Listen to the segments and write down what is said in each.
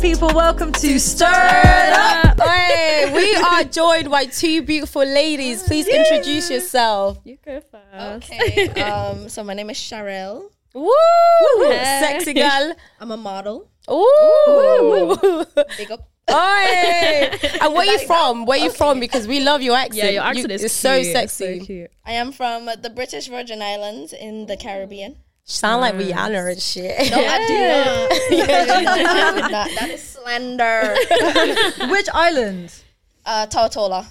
beautiful. Welcome to Stir It Up. Hey, we are joined by two beautiful ladies. Please introduce yourself. You go first. Okay. Um, so my name is Sharel. Woo! Sexy girl. I'm a model. Ooh! Big up. Oi! And where you from? Where you from? Because we love your accent. Yeah, your accent You- is it's so cute. It's sexy. So cute. I am from the British Virgin Islands in the Caribbean. Sound like Rihanna and shit. No, I do not. I do not. That is slander. Which island? Mm. Uh, Tortola.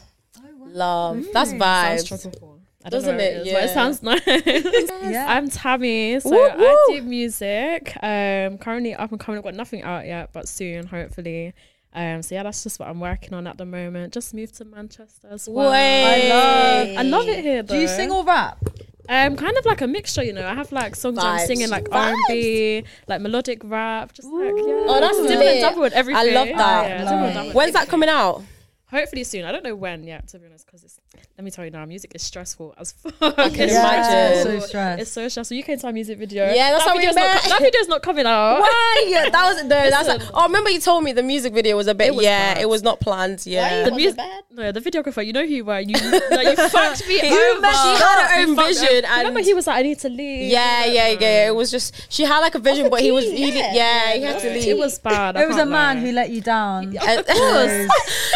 Love. That's vibes. I don't Doesn't know where it? it is, but Yeah. it sounds nice. Yeah. I'm Tammy. So Woo, I woo. do music. Um, currently up and coming. I've got nothing out yet, but soon, hopefully. Um, so yeah, that's just what I'm working on at the moment. Just moved to Manchester as well. Way. love- I love it here. Though. Do you sing or rap? Um, kind of like a mixture, you know. I have like songs where I'm Vibes. singing like Vibes. R and B, like melodic rap, just like yeah. Oh, that's Dipping lit. and double with everything. I love that. Yeah, double and double with When's that coming out? Hopefully soon. I don't know when yet, to be honest, because it's. Let me tell you now, music is stressful as fuck. It's Yeah. like- imagine. So stressed. It's so stressful. You came to our music video. Yeah, that's that how we video's met. Not, co- that video's not coming out. Why? Yeah, that was no, that's like, oh remember you told me the music video was a bit It was yeah, bad. it was not planned. Yeah. Why The was music. it bad? No, the videographer. You know who you were. You, like, you fucked me You over. messed- she had her You own fucked me vision over. Remember, and- he was like, "I need to leave." yeah, yeah, yeah. It was just she had like a vision, but he was key, really yeah, yeah. he had to leave. It was bad. I it was a can't man lie. who let you down. And-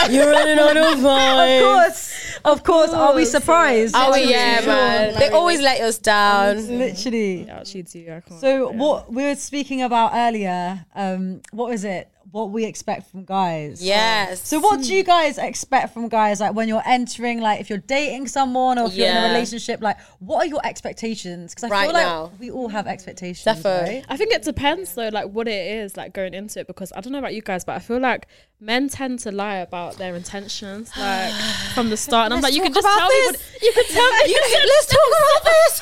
You're running out of Of vibes. course, of course. Are we surprised? Oh Literally. yeah, man. They always let us Oh, down. Literally. Yeah, she do. I can't. So what we were speaking about earlier, um, what was it? What we expect from guys? Yes. So what do you Hmm. guys expect from guys like when you're entering like if you're dating someone or if you're in Yeah. a relationship like what are your expectations because I Right feel like now. we all have expectations Defo. right? I think it depends though, like what it is, like going into it, because I don't know about you guys, but I feel like men tend to lie about their intentions, like from the start. And I'm like, you Let's can talk just tell about me what, this. You could tell me. let's talk about this.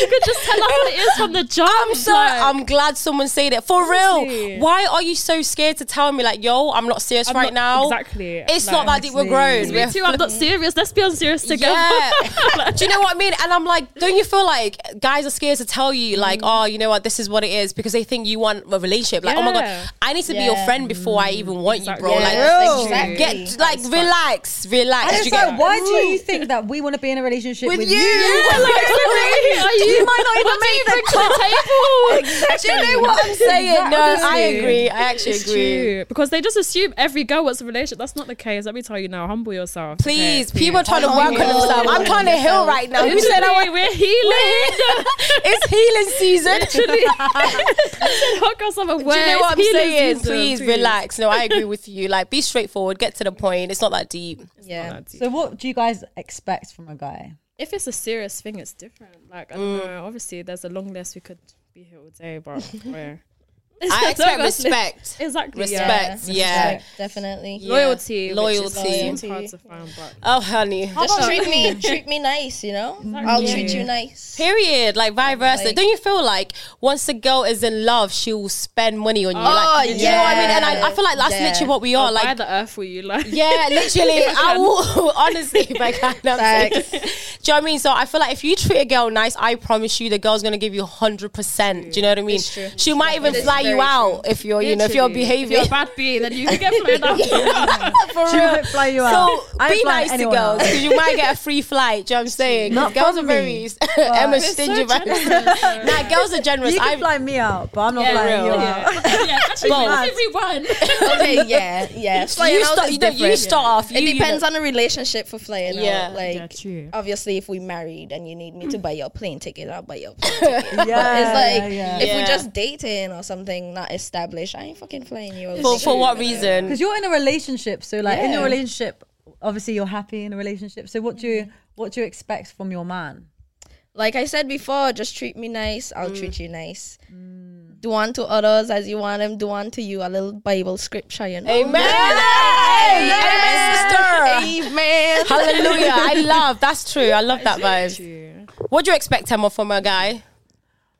you could just tell us what it is from the jump. I'm so like, I'm glad someone said it for real. Honestly. Why are you so scared to tell me like, yo, I'm not serious I'm right not- now? exactly. It's Like- not that deep. We're grown. Me We're too. I'm not serious. Let's be unserious together. Yeah. Do you know what I mean? And I'm like, don't you feel like guys are scared to tell you, like, oh, you know what, this is what it is, because they think you want a relationship. Like, oh my Yeah. god, I need to be your Yeah. friend before I even want Exactly. you, bro. Yes, Bro. exactly. Like, get like relax, relax. And You it's get- like why do you think that we want to be in a relationship with, with you, Yeah, like, what are you? you might not even make bring to the table. Do you know what I'm saying? No, I Exactly. agree. I actually It's agree. true because they just assume every girl wants a relationship. That's not the case. Let me tell you now. Humble yourself. Please, people are trying to work on yeah. themselves. I'm trying to heal right now. You said I Literally, was. we're healing. It's healing season. Literally, hook us up a Do you know what I'm saying? Please, relax. relax. No, I agree with you. Like, be straightforward. Get to the point. It's not that deep. Yeah. so what do you guys expect from a guy If it's a serious thing, it's different. Like I Mm. don't know. Obviously, there's a long list. We could be here all day, but yeah. I expect Long list. respect. Exactly. Respect. Yeah. Like, definitely. Yeah. Loyalty. which is Loyalty. so hard to find, but Oh, honey. Just treat me, treat me nice. You know, I'll Yeah. treat you nice. Period. Like, vice versa. Like- Don't you feel like once a girl is in love, she will spend money on you? Oh, like, Do you know what I mean? And I, I feel like that's yeah. Oh, literally what we are. I'll buy Like, the earth for you, like Yeah, literally. I will honestly, if I can. I'm serious. Do you know what I mean? So I feel like if you treat a girl nice, I promise you, the girl's gonna give you hundred percent. Do you know what I mean? It's true. She might even fly you very out if you're, you know, if your Literally. behavior. you're a bad bee, then you can get flown out. For She real. won't fly you So out. I ain't be flying nice to anyone girls out. because you might get a free flight. Do you know what I'm saying? Not 'Cause girls are from very me, Emma's We're so stingy. about- generous. nah, girls are generous. you can I fly me out but I'm not Yeah, flying real. you out yeah, yeah. Actually, Both. not everyone. okay, yeah, yeah. Flying you out start. is You, don't- you different. start off. You, It you depends know. on the relationship for flying Yeah. out. Like, Yeah, true. obviously, if we married and you need me to buy your plane ticket, I'll buy your plane ticket. yeah, But it's yeah, like yeah. if Yeah. we're just dating or something not established, I ain't fucking playing you. for, for what reason? because you're in a relationship so like in your Yeah. relationship obviously you're happy in a relationship so what do you Mm. what do you expect from your man Like I said before, just treat me nice. Mm. I'll treat you nice. Do unto others as you want them do unto you. A little Bible scripture, you know. Amen. Amen, sister. Amen. Hallelujah. I love that's true. I love that vibe. What do you expect, Emma, from a guy?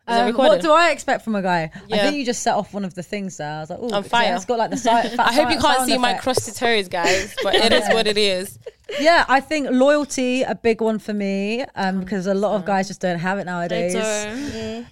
Is it Um, recording? what do I expect from a guy? I Yeah. think you just set off one of the things there. I was like, oh, On fire. It's got like the side. I hope you can't see my crusty toes, guys, but it is what it is. yeah, I think loyalty a big one for me Oh, um, because a lot of guys just don't have it nowadays.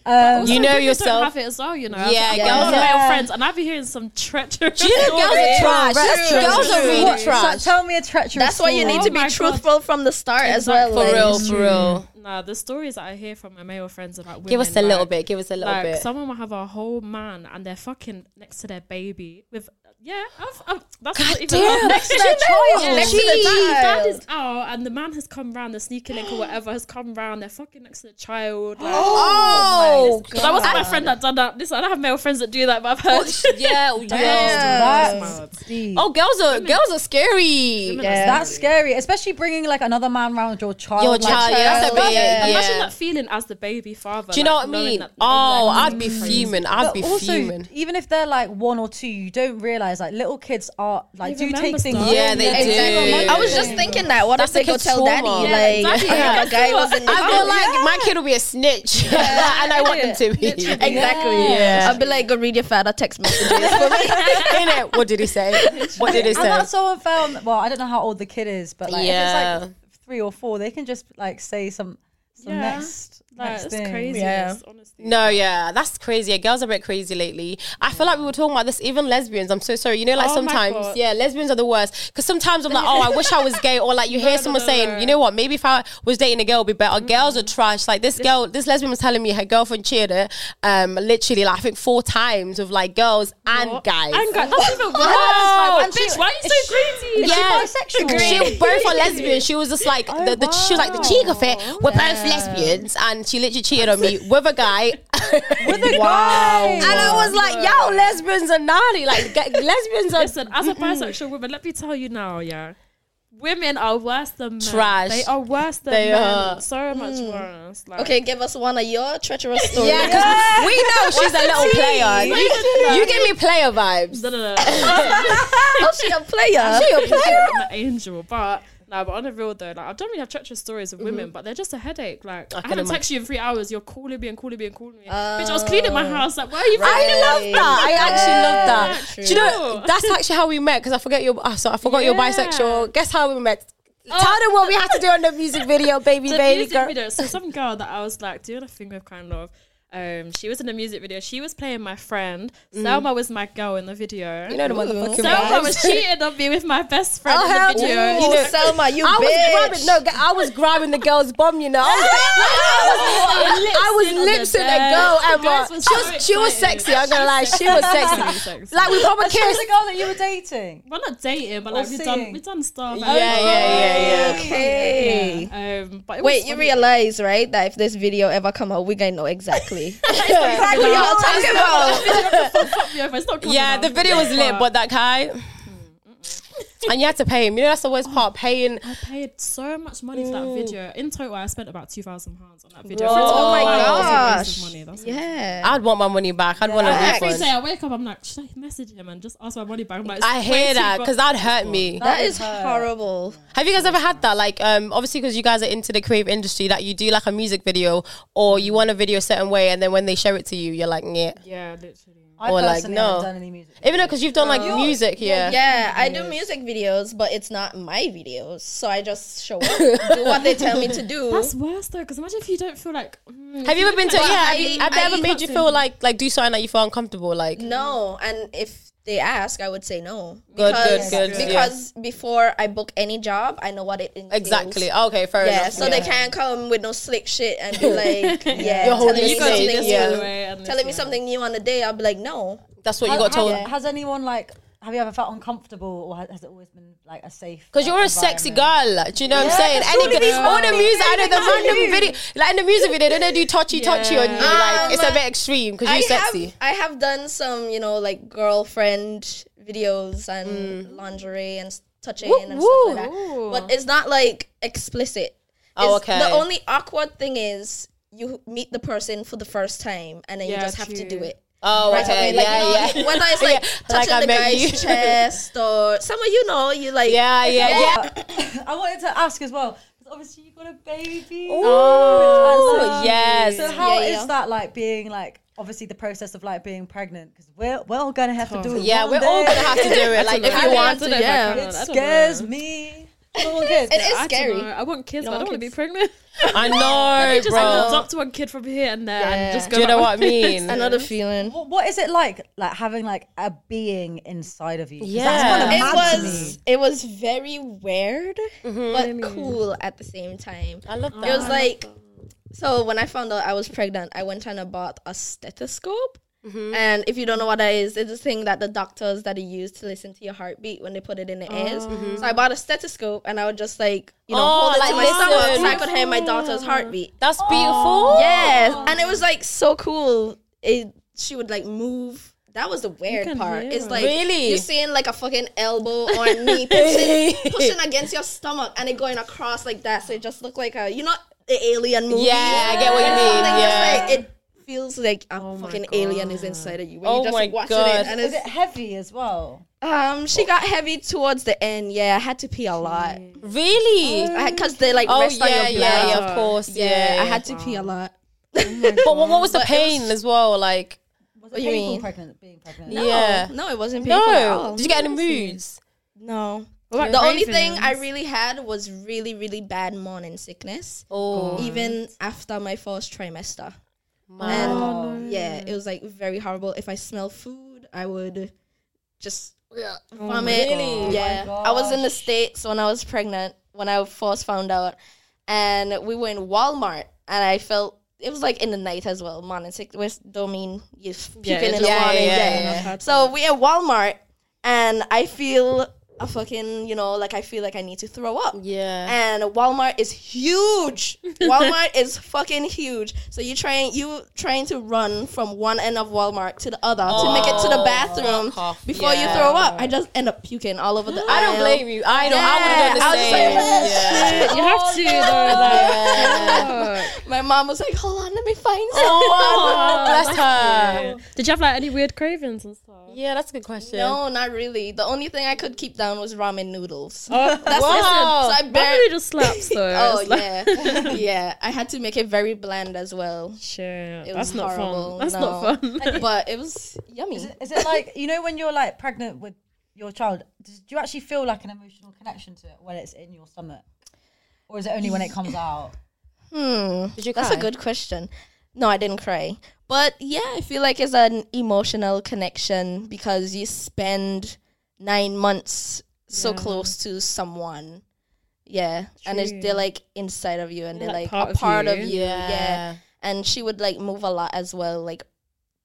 Um, You know women yourself. Don't have it as well, you know. Yeah, I've got girls are- girls are Yeah. male friends, and I've been hearing some treacherous. Do you know girls stories. are trash? That's true. Girls are What- really so trash. tell me a treacherous. That's why you story. need to be Oh my God. truthful from the start as well. Exactly. like- For Mm. real, for real. Nah, the stories that I hear from my male friends about women. Give us a little like- bit. Give us a little like bit. someone will have a whole man and they're fucking next to their baby with yeah I've, I've, that's God not even damn. next to their child. yeah. Next to the dad child. is out and the man has come round the sneaky link or whatever has come round they're fucking next to the child like, Oh, But that wasn't my friend that done that this I don't have male friends that do that but I've heard yeah, yeah. That's deep. Oh, girls are girls are scary. Yeah. That's scary, especially bringing like another man around your child. Your like, Oh, child, yeah, that's a child. bit. Yeah. imagine that feeling as the baby father Do you know like, what I knowing mean? that- Oh, like, I'd be fuming. I'd But be also, fuming. even if they're like one or two, you don't realize like little kids are like do They remember take things. stuff. in. Yeah, they Like, do. Exactly. I was just thinking that. What That's if they a go kid's tell trauma. daddy? Yeah, like, exactly. yeah, That's guy what- was in the I feel like my kid will be a snitch, and I want them to be. Exactly. Yeah. I'll be like, go read your father text messages for me. In it, what did he say? What did he And say? that's so unfair. on- Well, I don't know how old the kid is, but like if Yeah. it's like three or four, they can just like say some some Yeah. next like, next it's thing. crazy Yeah. honestly No, yeah, that's crazy. Yeah, girls are a bit crazy lately. I feel like we were talking about this. Even lesbians, I'm so sorry. You know, like Oh my sometimes, God. yeah, lesbians are the worst. Because sometimes I'm like, oh, I wish I was gay, or like you hear no, someone no, saying, no. Mm. you know what, maybe if I was dating a girl, it'd be better. Girls are trash. Like this girl, this lesbian was telling me her girlfriend cheated her, um, literally like I think four times with like girls and guys. and guys that's even worse Oh, like, bitch why are you so Is greedy she bisexual? Oh, She was both are lesbian. She was just like the, the she was like the cheek of it. We're both lesbians, and she literally cheated on me with a guy. With a guy. And I was like, yo, lesbians are naughty. Like, ge- lesbians are Listen, as a bisexual woman, let me tell you now, yeah. Women are worse than men. Trash. They are worse than They men. are. Mm. So much worse. Like, Okay, give us one of your treacherous stories. Yeah, 'cause we know she's a little player. You, you give me player vibes. No, no, no. oh, she a player. She a player. I'm an angel, but no. But on the real though, like I don't really have treacherous stories with women, but they're just a headache. Like I, Mm-hmm. can haven't imagine. texted you in three hours. You're calling me and calling me and calling me. Bitch, I was cleaning Oh. my house. Like, why are you? I love that. I actually love that. True. Do you know that's actually how we met? Because I forget your. Oh, so I forgot you're Yeah. bisexual. Guess how we met. Oh. Tell them what we had to do on the music video, baby, the baby music girl. video. So some girl that I was like doing a thing with kind of. Um, she was in a music video. She was playing my friend. Selma was my girl in the video. Mm. You know the Mm-hmm. motherfucking Selma vibes. was cheating on me with my best friend Oh, hell in the video. no. You know, Selma, you I was bitch. grabbing no, g- I was grabbing the girl's bum, you know. I was, I was, I was Lips in lipsing on a the bed. girl, The Emma. guys She was so was, she was excited. sexy. I'm gonna lie, she was sexy. Sexy. Like we probably She was kissed. the girl that you were dating. We're not dating, but Or like we've done, seeing. we've done stuff. Yeah, yeah, yeah, yeah. Okay. Um, but it was Wait, you funny. realize, right, that if this video ever come out, we're gonna know exactly. Exactly what I'm talking about. Yeah, but it's not coming "Oh." Yeah, out. the video was lit, But but that Mm-hmm. guy. And you had to pay him. You know that's the worst part. Paying. I paid so much money for that video. In total, I spent about two thousand pounds on that video. Bro. For it to Oh come my out, it was a waste gosh. of money. That's yeah. I'd want my money back. I'd want a Yeah. Every day refund. I wake up, I'm like, should I message him and just ask my money back? I'm like, it's I way hear too that bu- because that'd hurt me. that is horrible. Have you guys ever had that? Like, um, obviously, because you guys are into the creative industry, that you do like a music video or you want a video a certain way, and then when they show it to you, you're like, yeah. Yeah, literally. I Or, like, personally no. haven't done any music. Even though, because you've done like music, yeah. Yeah, I do music videos, but it's not my videos. So I just show up, do what they tell me to do. That's worse though, because imagine if you don't feel like. mm, Have you ever been to? Yeah, have, I- you, have I- Mm. they ever made you feel like like do something that you feel uncomfortable? Like, No, and if they ask, I would say no. Good, good, good, yeah. Because before I book any job, I know what it entails. exactly. Okay, fair Yeah, enough. so they can't come with no slick shit and be like, yeah, You're telling holding me it safe, something this new. yeah. way and this Telling me way. something new on the day, I'll be like, no. That's what you got Has- told. Has, has anyone like? Have you ever felt uncomfortable, or has, has it always been like a safe? Because you're a sexy environment? girl, do you know what I'm Yeah, saying? that's Any, what it girl- all the is. music, I know the That's what it random is. video, like in the music video, then they do touchy touchy on you, like Um, it's a bit extreme because I you're sexy. have I have done some, you know, like girlfriend videos and Mm. lingerie and s- touching and stuff like that. But it's not like explicit. Oh, It's- okay. The only awkward thing is you meet the person for the first time and then you Yeah, just have to do true. it. oh, Right okay, away. Like, you know, yeah, yeah. Whether it's like Yeah, like touching I the met guy's you. chest or some of you know, you like yeah, yeah, yeah. I wanted to ask as well because obviously you got a baby. I Oh, love yes. So how is Yeah, yeah. that like being like obviously the process of like being pregnant because we're we're all gonna have to do it. Yeah, one we're all day. gonna have to do it. Like, if I you mean, I want Oh, don't to, know if I yeah. can. I It don't scares know. me. I don't want kids. It is I scary. Don't know. I want kids, You but I don't don't want want to be pregnant. I know, just like, bro. adopt one kid from here and there Yeah. and just go. Do you know back what I with it. mean? Another feeling. What, what is it like, like having like a being inside of you? 'Cause Yeah. that's kind of It mad was to it was very weird, but cool at the same time. I love that. It was like so when I found out I was pregnant, I went and I bought a stethoscope. And if you don't know what that is, it's a thing that the doctors that they use to listen to your heartbeat when they put it in the ears. So I bought a stethoscope and I would just like you know Oh, hold it like to my stomach listen. so I could hear my daughter's heartbeat. That's beautiful. Yes, and it was like so cool. It she would like move. That was the weird can part. hear It's her. like Really? you're seeing like a fucking elbow or a knee pushing, pushing against your stomach and it going across like that. So it just looked like a you know the alien movie. Yeah, I get what you mean. Yeah. Just, like, it feels like a fucking alien is inside of you. When Oh you just my like, watching God. it and me. Is it it's, heavy as well? um she got heavy towards the end. Yeah, I had to pee a lot Really? because they like Oh, rest on yeah, your yeah, bladder. yeah, of course. Yeah. Yeah, I had to pee a lot. But what, what was the pain as well? Like, Was What it you painful mean? pregnant being pregnant? yeah. No, it wasn't painful at No. all. Did you get any moods? No. about the only thing cravings? I really had was really, really bad morning sickness, Oh, even after my first trimester. Oh. man. Yeah, it was like very horrible. If I smell food, I would just vomit. Really? Yeah. Oh my Oh I was in the States when I was pregnant, when I first found out, and we were in Walmart, and I felt. It was like in the night as well, morning sickness. Don't mean you puking Yeah, in it's- the yeah, morning. yeah, yeah. yeah. So we at Walmart, and I feel a fucking, you know, like I feel like I need to throw up. Yeah. And Walmart is huge. Walmart is fucking huge. So you trying you trying to run from one end of Walmart to the other to make it to the bathroom fuck off. before Yeah. you throw up. I just end up puking all over the. I don't aisle. blame you. I know. Yeah, I I would was just have done like, the same. Yeah. You Oh, have to though. Like, fuck. My mom was like, "Hold on, let me find some." Oh, bless her. Did you have like any weird cravings and stuff? Yeah, that's a good question. No, not really. The only thing I could keep down was ramen noodles. Oh, That's Wow. it. So I that bar- really just slaps though. Oh It's like- yeah, yeah. I had to make it very bland as well, Shit, It that's was not fun. horrible, That's no. not fun. but it was yummy. Is it, is it like you know when you're like pregnant with your child? Do you actually feel like an emotional connection to it when it's in your stomach, or is it only when it comes out? Hmm. Did you That's a cry? good question. No, I didn't cry. But yeah, I feel like it's an emotional connection because you spend nine months so close to someone. Yeah. And it's, they're like inside of you and they're like, like, part a of part of you. you. Yeah. And she would like move a lot as well, like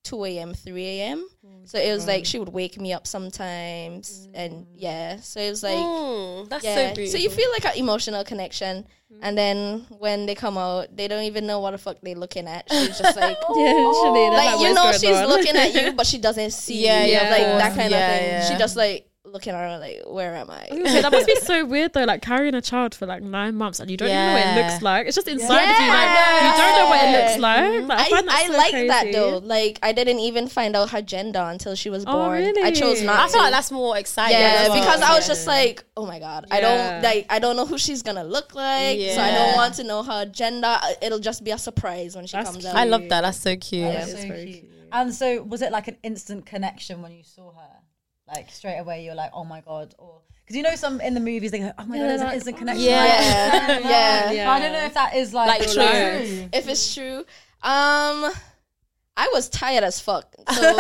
2 a.m., 3 a.m. So it was like she would wake me up sometimes. And yeah. So it was like, Mm, that's yeah. so So, beautiful. Mm. you feel like an emotional connection, and then when they come out, they don't even know what the fuck they're looking at. She's just yeah, like, Oh, literally, that's like not you what's know, going she's on. looking at you, but she doesn't see Yeah, you. yeah, like of that course. kind Yeah, of thing. yeah. She just like looking around, like, where am I? Okay, that must be so weird though, like carrying a child for like nine months and you don't even know what Yeah. it looks like. It's just inside of you, like you don't know what it looks like. Like, I, I, find that I so like that crazy. though. Like I didn't even find out her gender until she was Oh, born. I chose really? not I to. feel like that's more exciting. yeah, as well. because I was Yeah. just like, oh my god, Yeah. I don't like, I don't know who she's gonna look like, so I Yeah. don't want to know her gender. It'll just be a surprise when she That's comes cute. out. I love that. That's so cute. That's so cute. And so, was it like an instant connection when you saw her? Like straight away, you're like, "Oh my god!" Or because you know, some in the movies they go, "Oh my god, it's an instant connection." Yeah. Like, Yeah. But I don't know if that is like, Like, true. If it's true, um, I was tired as fuck, so no,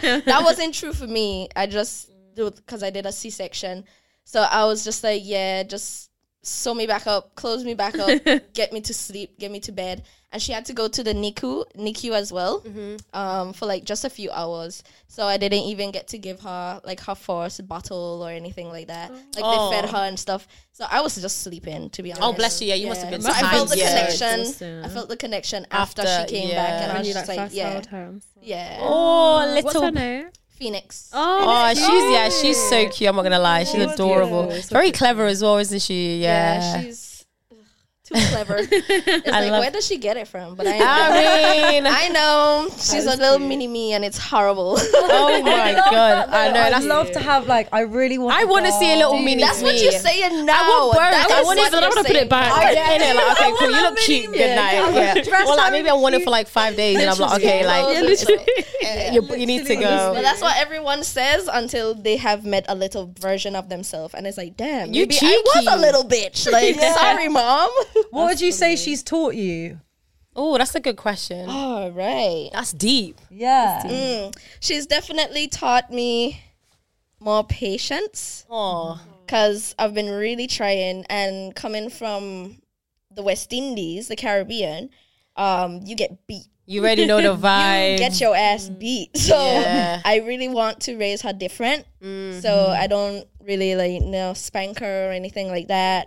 that wasn't true for me. I just because I did a C section, so I was just like, yeah, just sew me back up, close me back up, get me to sleep, get me to bed. And she had to go to the NICU, NICU as well, Mm-hmm. um, for like just a few hours. So I didn't even get to give her like her first bottle or anything like that. Like Oh. they fed her and stuff. So I was just sleeping, to be honest. Oh, bless you. Yeah, you must have been So I tired. felt the Yeah. connection. Exhausted. I felt the connection after, After, she came yeah. back, and I When was you just like like, first yeah, held her. and stuff. yeah, Oh, What's her little. name? Phoenix. Oh, she's yeah, she's so cute. I'm not gonna lie, she's adorable. Very clever as well, isn't she? Yeah. she's ugh, too clever. It's like, love- where does she get it from? But I Um, I mean, I know she's a little mini me, and it's horrible. oh my god, I know. I'd That's, love to have like. I really want. I want to see a little mini. That's what me. you're saying now. I want That birds. I is want what you're to. I'm gonna put saying. it back. I Oh, Yeah, get innit? it. Like, I okay, cool. want a You look cute. mini, Good yeah. night. I want Yeah. to dress Well, like how maybe I want it cute- for like five days, and I'm like, okay, like literally. you, you need to Literally. go. But that's what everyone says until they have met a little version of themselves, and it's like, damn, You maybe I was cheeky. a little bitch. Like, sorry, mom. What would you say she's taught you? Oh, that's a good question. All right. That's deep. Yeah. Mm. She's definitely taught me more patience Oh, because I've been really trying, and coming from the West Indies, the Caribbean, um, you get beat. you already know the you vibe. get your ass beat. So Yeah. Mm-hmm. I really want to raise her different. So I don't really like you know spank her or anything like that.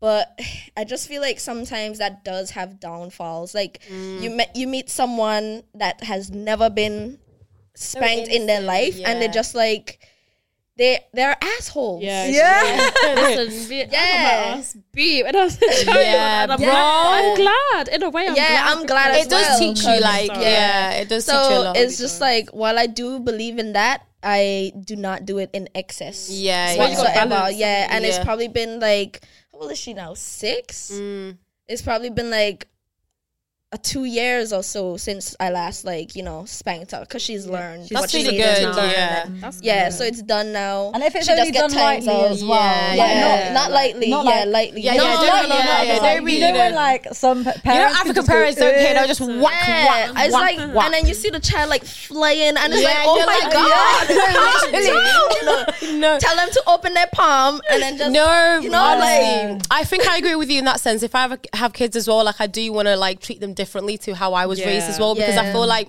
But I just feel like sometimes that does have downfalls. Like Mm. you met you meet someone that has never been spanked in their innocent, life, and they're yeah. just like they they're assholes. Yeah. Yeah. Listen, yeah. I got my ass beat when I was a child. Yeah, and I'm bro. like, I'm glad. In a way, I'm Yeah, glad. I'm glad it as does well, teach you, 'cause- like, yeah, it does teach you a So lot. it's just like while I do believe in that, I do not do it in excess. Yeah, why you gotta whatsoever. balance yeah, and it's Yeah. probably been like how old is she now? Six. Mm. It's probably been like a two years or so since I last like you know spanked her because she's learned. She's what That's she really needed good. to learn. Yeah. That's Yeah, good. so it's done now. And if it's She does only get done times lightly out. as well, Yeah, like, yeah, not, not, lightly. not yeah, like- lightly. Yeah, no, no, yeah, don't- no, yeah, no, yeah, no, don't no. be- you know when like some pa- parents. You know, can African just parents go, don't care. "Eh." They'll just whack, Yeah, whack, it's whack, like, whack. and then you see the child like flying, and it's Yeah, like, oh you're my like, god, Like, no, no. no, tell them to open their palm, and then just no, you know, honestly, like- Um, I think I agree with you in that sense. If I ever have kids as well, like I do want to like treat them differently to how I was raised as well, because I Yeah. feel like.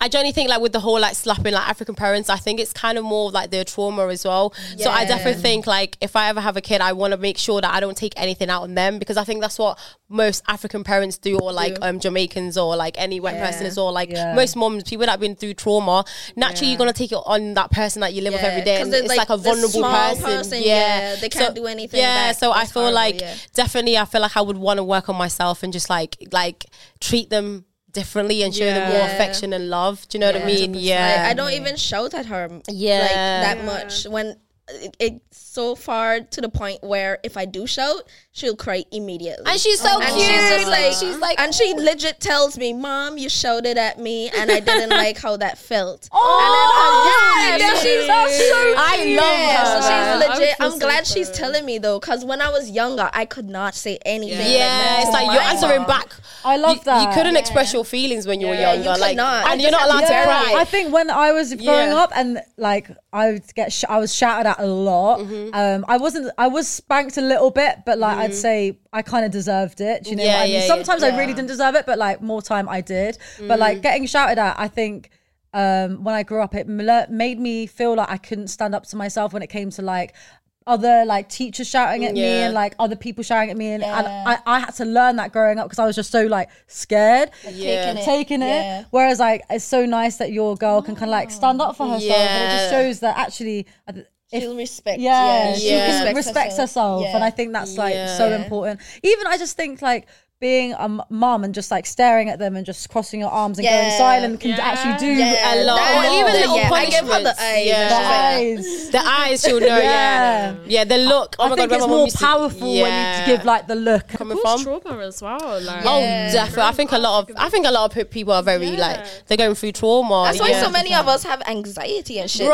I generally think like with the whole like slapping like African parents, I think it's kind of more of, like their trauma as well. So I Yeah. definitely think like if I ever have a kid, I want to make sure that I don't take anything out on them because I think that's what most African parents do, or like um Jamaicans or like any white person as well. Like Yeah. most moms, people that have been through trauma, naturally you're gonna take it on that person that you live with Yeah, every day. 'cause And they're, it's like, like, a the vulnerable small person. person, Yeah. yeah, they can't do anything Yeah, back. so I It's feel horrible, like yeah. definitely I feel like I would want to work on myself and just like like treat them differently and show them more Yeah. affection and love. Do you know what I mean? Yeah. Like, I don't even shout at her Yeah. like that much when it, it's so far to the point where if I do shout, she'll cry immediately. and she's so And cute. she's just like, she's like and she legit tells me, "Mom, you shouted at me, and I didn't like how that felt." Oh, and then, yeah, I'm- yeah, so she's I love Yeah, her. so I she's would legit. feel I'm so glad for she's her. telling me though, because when I was younger, I could not say anything. yeah, like that it's to like my you're answering mom. back. I love you, that. You couldn't express your feelings when you were Yeah, you younger, could like, not. and you're not allowed Yeah, to cry. I think when I was growing Yeah. up and like I would get sh- I was shouted at a lot. Mm-hmm. Um, I wasn't I was spanked a little bit, but like I'd say I kind of deserved it. do you know? Yeah, what I mean? yeah, Mm-hmm. yeah. Sometimes I really didn't deserve it, but like more time I did. But like getting shouted at, I think. Um, when I grew up, it mle- made me feel like I couldn't stand up to myself when it came to like other like teachers shouting at me Yeah. and like other people shouting at me, and, and I, I had to learn that growing up because I was just so like scared Yeah. Taking it. taking it. Yeah. Whereas like it's so nice that your girl can kind of like stand up for herself, and it just Yeah. shows that actually, uh, I th- if, She'll respect. yeah, she Yeah. res- respect respects herself, Yeah. and I think that's like Yeah. so important. Even I just think like being a m- mom and just like staring at them and just crossing your arms and going Yeah. silent can actually do Yeah. a lot. That- Or even the- little yeah, I give her the punishments. eyes. Yeah. the She's like, eyes. the eyes, she'll know. Yeah, yeah, Yeah. the look. Oh I my think god, it's remember more when we used to- powerful when you give like the look. coming Cause from. trauma as well. Like, Oh, definitely. I think a lot of I think a lot of people are very Yeah. like they're going through trauma. That's why yeah. so many of us have anxiety and shit. Bro,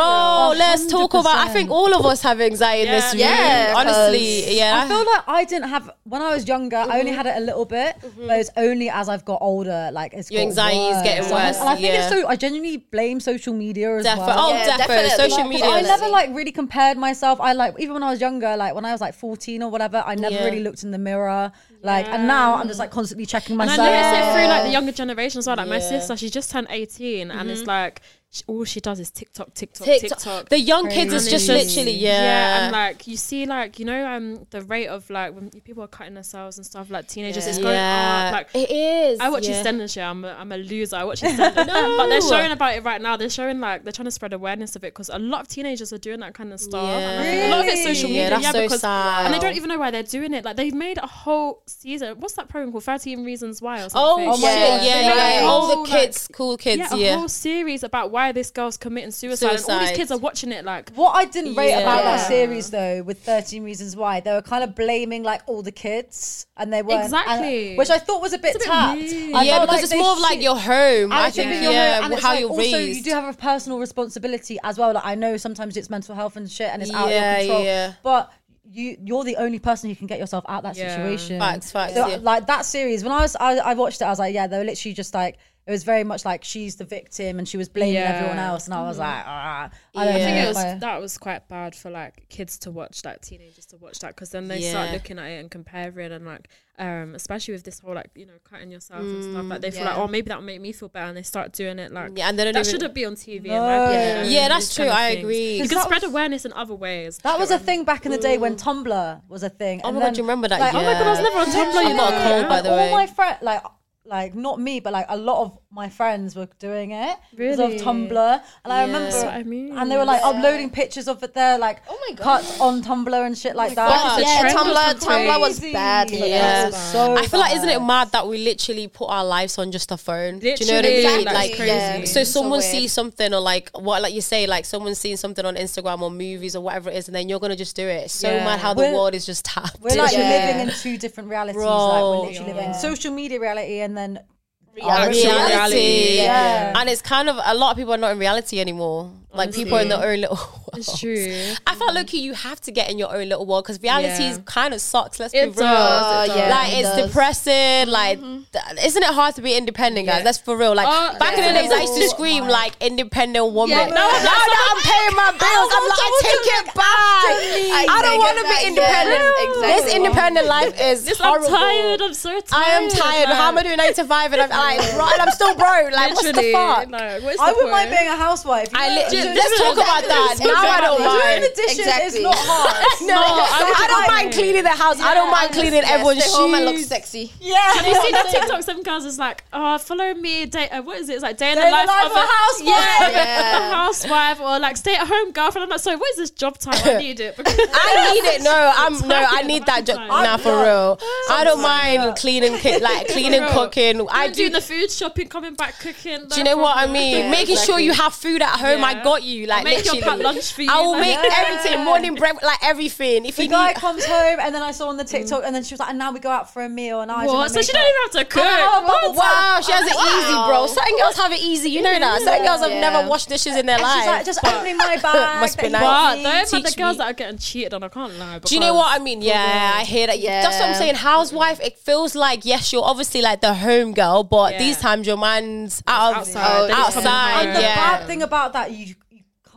let's talk about. I think all of us have anxiety in this room. Yeah, 'cause honestly, yeah. I feel like I didn't have when I was younger. I Mm-hmm. only had it a little bit, but it's only as I've got older. Like it's Your got anxiety is worse. getting So I- worse, And I think yeah. it's so. I genuinely blame social media as Defo- well. oh, Yeah, defo, definitely. social Like, media. I yeah, never like- like really compared myself. I like even when I was younger, like when I was like fourteen or whatever, I never Yeah. really looked in the mirror. Like and now I'm just like constantly checking myself. And I noticed it through like the younger generations as well. Like my sister, she just turned 18 and it's like she, all she does is TikTok, TikTok, TikTok. Mm-hmm. TikTok. The young kids is And just it's literally yeah, yeah. and like you see, like you know, um, the rate of like when people are cutting themselves and stuff, like teenagers, it's going up. Like it is. I watch yeah. EastEnders this year. I'm a, I'm a loser. I watch EastEnders. no. But they're showing about it right now. They're showing like they're trying to spread awareness of it because a lot of teenagers are doing that kind of stuff. And I think A lot of it's social Really? media. Yeah, that's so because, sad. And they don't even know why they're doing it. Like they've made a whole season. What's that program called? 13 Reasons Why or Oh, something. Oh shit! my God. Yeah, Yeah. like, all Oh, the like- kids, cool kids. yeah, a Yeah, whole series about why this girl's committing suicide, and all Suicide. these kids are watching it. Like, What I didn't rate Yeah. about that Yeah. series though, with 13 Reasons Why, they were kind of blaming like all the kids and they weren't. and- Exactly. which I thought was a bit It's a bit tapped. mean. I yeah, felt because it's they more of like should- your home. I it's a think bit yeah, your home, and wh- it's, how like, you're also, raised. You do have a personal responsibility as well. Like I know sometimes it's mental health and shit, and it's out of your Yeah, control. yeah. But you you're the only person who can get yourself out that Yeah. situation. Facts, facts, So, yeah. Like that series, when I was I, I watched it, I was like, yeah, they were literally just like. It was very much like she's the victim and she was blaming Yeah. everyone else, and I was like, ah, I Yeah. don't Mm. I think know it if I- was that was quite bad for like kids to watch, like teenagers to watch that, because then they start Yeah. looking at it and comparing and like, um, especially with this whole like you know cutting yourself and stuff, like they feel like yeah. oh maybe that will make me feel better, and they start doing it like Mm, Yeah, and they don't that even- shouldn't be on TV. No. And, like, Yeah. you know, Yeah, that's these true. kind of I things. agree. You Because can that spread was- awareness in other ways. That was a thing back in the day when Tumblr was a thing. Oh and my God, then, do you remember that? Like, Yeah. Oh my god, I was never on Yeah. Tumblr. I you got a know? call, by the Like, way. All my friends, like, like not me, but like a lot of my friends were doing it because Really? of Tumblr. And I remember, That's what I mean. and they were like uploading pictures of their like Oh my God. cuts on Tumblr and shit like God. that. It's a yeah, trend or Tumblr, something. Tumblr was Crazy. bad. For Yeah. that. That's so I feel like isn't it bad. mad that we literally put our lives on just a phone? do you know what I Literally, mean? like, Like, crazy. yeah. so It's so someone weird. sees something or like what, like you say, like someone's seeing something on Instagram or movies or whatever it is, and then you're gonna just do it. It's so Yeah. mad how the We're- world is just tapped. We're like Yeah. living in two different realities. Bro. Like we're literally living in Yeah. social media reality and then Reality. our reality. Yeah. And it's kind of a lot of people are not in reality anymore. Like people are in their own little. It's true. I felt lucky. You have to get in your own little world because reality Yeah. is kind of sucks. Let's It be real. does, it does. Like It it's does. depressing. Like th- isn't it hard to be independent, guys? Yeah. That's for real. Like Oh, back in the yeah. days, I used to scream like independent woman. Yeah, no, now that I'm paying my bills, I'm like I take it back. I don't take want to it be back. independent. Yes, exactly. This independent life is I'm horrible. tired. I'm so tired. I am tired. How am I doing nine to five? And I'm like, bro, and I'm still broke. Like, what's the Literally, fuck? like, what's I the wouldn't mind point? being a housewife. You I know, li- doing- let's talk about that. Exactly. Now I don't Doing the mind. dishes Exactly. is not hard. No, I don't mind cleaning the house. I don't mind cleaning Yeah, everyone's stay home and look shoes. sexy. Yeah. You see the TikTok, some girls is like, oh, follow me, day, uh, what is it? It's like day in Day the life of a housewife. Yeah, of a- Yeah. a housewife or like stay at home girlfriend. I'm like, so what is this job title? I need it. Because I need it. No, I'm no. I need that job. I'm Nah, for real. I don't mind cleaning, ki- like cleaning, real. cooking. I I'm doing do. the food shopping, coming back, cooking. Do you know what I mean? Yeah, Making sure exactly. you have food at home. I Yeah. got you. Like make your literally, packed lunch for you. I will like- make Yeah. everything. Morning breakfast, like everything. If The you guy need, comes home, and then I saw on the TikTok, and then she was like, "And now we go out for a meal." And I do my What? So she makeup." don't even have to cook. Oh, What? blah, blah, blah. Wow, she has it easy, bro. Wow. Certain girls have it easy. You know that. Certain girls have Yeah. never washed dishes in their And she's like, life. "Just opening my bag." Must be that you nice. But need." those are the teach girls me. that are getting cheated on. I can't lie. Do you know what I mean? Yeah, I hear that. Yeah. That's what I'm saying. Housewife, it feels like yes, you're obviously like the home girl, but Yeah. these times your man's out of Outside. outside. Oh, And the yeah. bad thing about that, you. you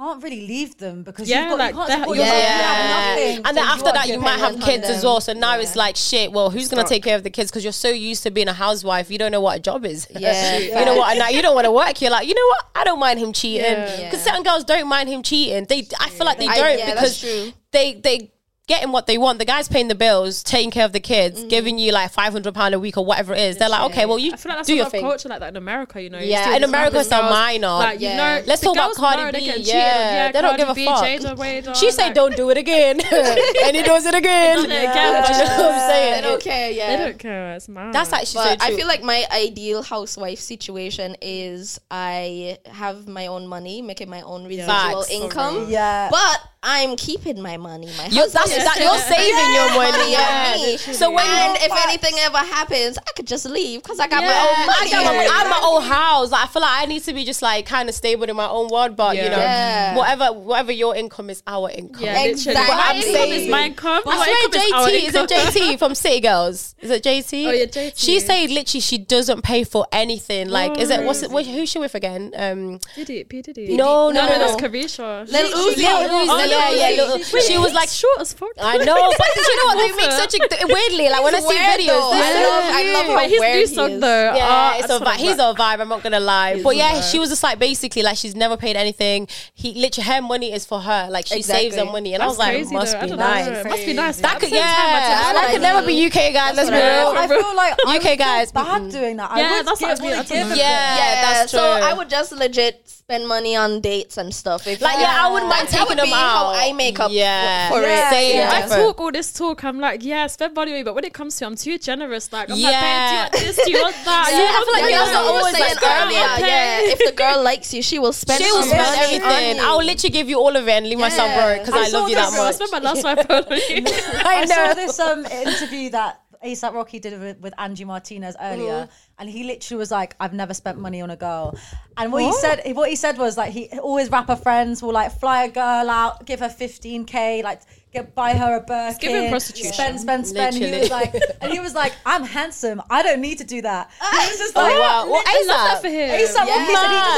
Can't really leave them because Yeah, you've got, like you can't that- support yourself. You yeah. have nothing. And then So after you that, are you might have dependent kids on as them. well. So now it's like, shit, well, who's going to Stuck. take care of the kids? Because you're so used to being a housewife, you don't know what a job is. Yeah. you know what? And now you don't want to work. You're like, you know what? I don't mind him cheating. Because Yeah. certain girls don't mind him cheating. They, I feel like they I- don't yeah, that's because true. they, they, Getting what they want, the guy's paying the bills, taking care of the kids, giving you like five hundred pound a week or whatever it is. They're like, okay, well you I feel like that's do a your lot of thing. culture like that in America, you know. You Yeah, see in these America, rappers so girls, mine are. Like, Yeah. you know, Let's the talk about girls know Cardi they're B, getting yeah. cheated on. yeah. They don't Cardi give a B, fuck. Jada, Wade on, She say, like, don't do it again, and he does it again. Does it again, Do you know what I'm saying? They don't care. They Yeah. don't care. It's mad. That's actually so But true. I feel like my ideal housewife situation is I have my own money, making my own residual Facts. income. Yeah. But I'm keeping my money. My You're, husband that's, is that, you're saving your money. money on Yeah. me. So when and if Facts. anything ever happens, I could just leave because I got Yeah, my I own money. got my, I'm my own house. Like, I feel like I need to be just like kind of stable in my own world, but you Yeah. know, Yeah. whatever whatever your income is, our income. yeah, literally. Exactly. But my income is Exactly. my income. I my income swear, is our JT is income. a JT from City Girls. Is it JT? Oh, yeah, JT. She said literally she doesn't pay for anything. Like, is it what's it? Wait, who's she with again? Um, Diddy, P Diddy. no, no, no, no, no. that's Carisha. Lil Uzi. Lil Uzi, Oh, yeah, Lil yeah, Uzi. Lil- She was like, It's short as fuck. I know, but you know what? They make such a weirdly like when I He's see weird videos. though. they're I so love- I love cute. how But his weird new he song is. though. Yeah, ah, it's I a just vibe. He's wanna- a vibe. I'm not gonna lie, He's but a yeah, vibe. she was just like basically like she's never paid anything. He literally her money is for her. Like she saves her Exactly. money, and That's I was like, crazy must though. I be don't nice. Know. It Must be Crazy. nice. That At could the same time, I yeah, just and wanna I could know. never be UK guys. That's Let's be what I real. mean. I feel like I UK would guys. feel bad doing that. Yeah, I would that's what I give, was gonna- would I don't give a know. Yeah, that's true. So I would just legit spend money on dates and stuff. If like yeah, I wouldn't mind that taking would them be how out. I make up yeah. for Yeah. it. Same Yeah. I different. talk all this talk. I'm like, yeah, spend money, on me, but when it comes to, it, I'm too generous. Like, I'm Yeah. like, babe, do you want this? Do you want that? See, I feel like yeah, girls that's are what I was always saying like, girl, earlier. okay. Yeah, if the girl likes you, she will spend. She will some spend money on everything. you. I will literally give you all of it and leave myself Yeah. broke because I, I saw love you this that I much. girl- spent my last iPhone on you. I, I saw know. this um, interview that ASAP Rocky did with, with Angie Martinez earlier, and he literally was like, "I've never spent money on a girl." And what, he said, what he said was like, he always rapper friends will like fly a girl out, give her fiveen k, like get buy her a Birkin, giving prostitution. spend, spend, spend. He Literally. was like, and he was like, "I'm handsome. I don't need to do that." He was just like, Oh, wow. Well, I love that for ASAP. him. ASAP Rocky said he doesn't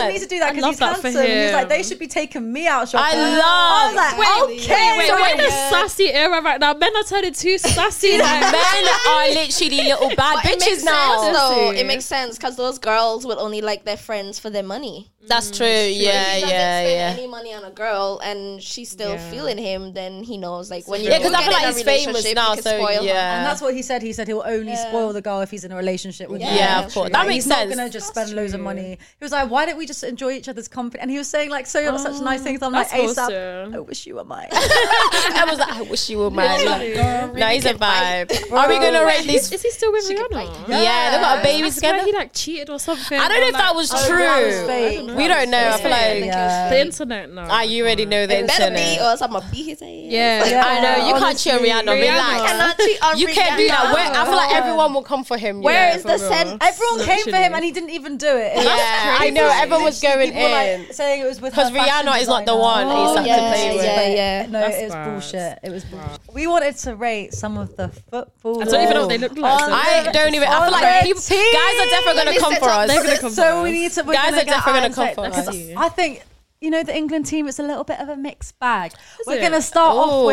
Mad. need to do that because love he's that for handsome. He was like, him. "They should be taking me out shopping." love- I was like, Wait, "Okay, Wait, so we're in a sassy era right now. Men are turning too sassy. like, Men are literally little bad But it makes bitches now. sense though. Seriously. It makes sense because those girls will only like their friends for their money. That's true. Yeah, he doesn't yeah, spend yeah. any money on a girl and she's still Yeah. feeling him, then he knows like when you Yeah, do because I get feel in like a he's famous relationship, now, you can so spoil her. yeah. And that's what he said. He said he'll only Yeah. spoil the girl if he's in a relationship with Yeah. her. yeah, of course. That Like, makes he's sense. not gonna just That's spend loads of true. money. He was like, "Why don't we just enjoy each other's company?" And he was saying like, "So such nice things." I'm like, that's "ASAP, awesome. I wish you were mine." I was like, I wish you were mine. Like, no, he's a vibe. Are we gonna rate Is, these? is he still with Rihanna? Yeah, they got a baby That's why together. he like cheated or something. I don't know or, if that like, was Oh, that was true. fake. don't know. We don't know. I feel Yeah. like Yeah. the internet now. ah, you already know the It better internet. be or else I'm gonna beat his ass. Yeah. Yeah. I know you can't cheer Honestly. Rihanna. Rihanna. Relax. Cannot cheat on You can't do that. Rihanna. Where, I feel like everyone will come for him. Where yeah. is for the real. sense? Everyone came for him, Literally. and he didn't even do it. It was Yeah, I know. crazy. Everyone was Literally, going people were, in. like, saying it was with because her fashion Rihanna is not the designer. one. Oh, ASAP yeah, to play with. yeah, yeah. No, That's it was bad. bullshit. It was bullshit. We wanted to rate some of the football. I don't even know what they look like. so- I don't even. I feel like people, guys are definitely Let gonna me come sit for up. us. They're gonna come for So we us. need to. We're Guys gonna are get definitely our gonna come insight- for because us. I think you know the England team. It's a little bit of a mixed bag. we're it? gonna start off Ooh.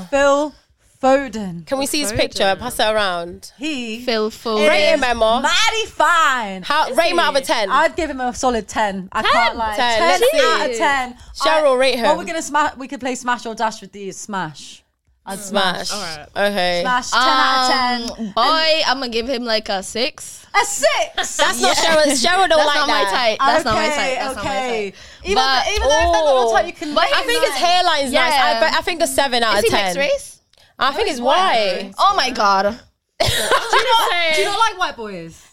with Phil Foden. Can we see his picture? Pass it around. He Phil Foden. Rate him, Emma. mighty fine. How rate him out of a ten? I'd give him a solid ten. I can't lie. 10, Ten, let's see. out of ten. Cheryl, I- rate him. Well, we're gonna smash. We could play smash or dash with these. Smash. I'd smash. Smash. Okay. Smash. Ten out of ten. Um, Um, Boy, I'm gonna give him like a six. A six. That's not Cheryl. Cheryl don't That's like not that. my type. That's okay, not my okay. type. That's not my type. Even, But- th- even though it's not the real Oh. type, you can. But rate I think him. his hairline is Yeah. nice. I, I think a seven out Is of he ten. mixed race? I think it's white. Oh my god. Do you not like white boys?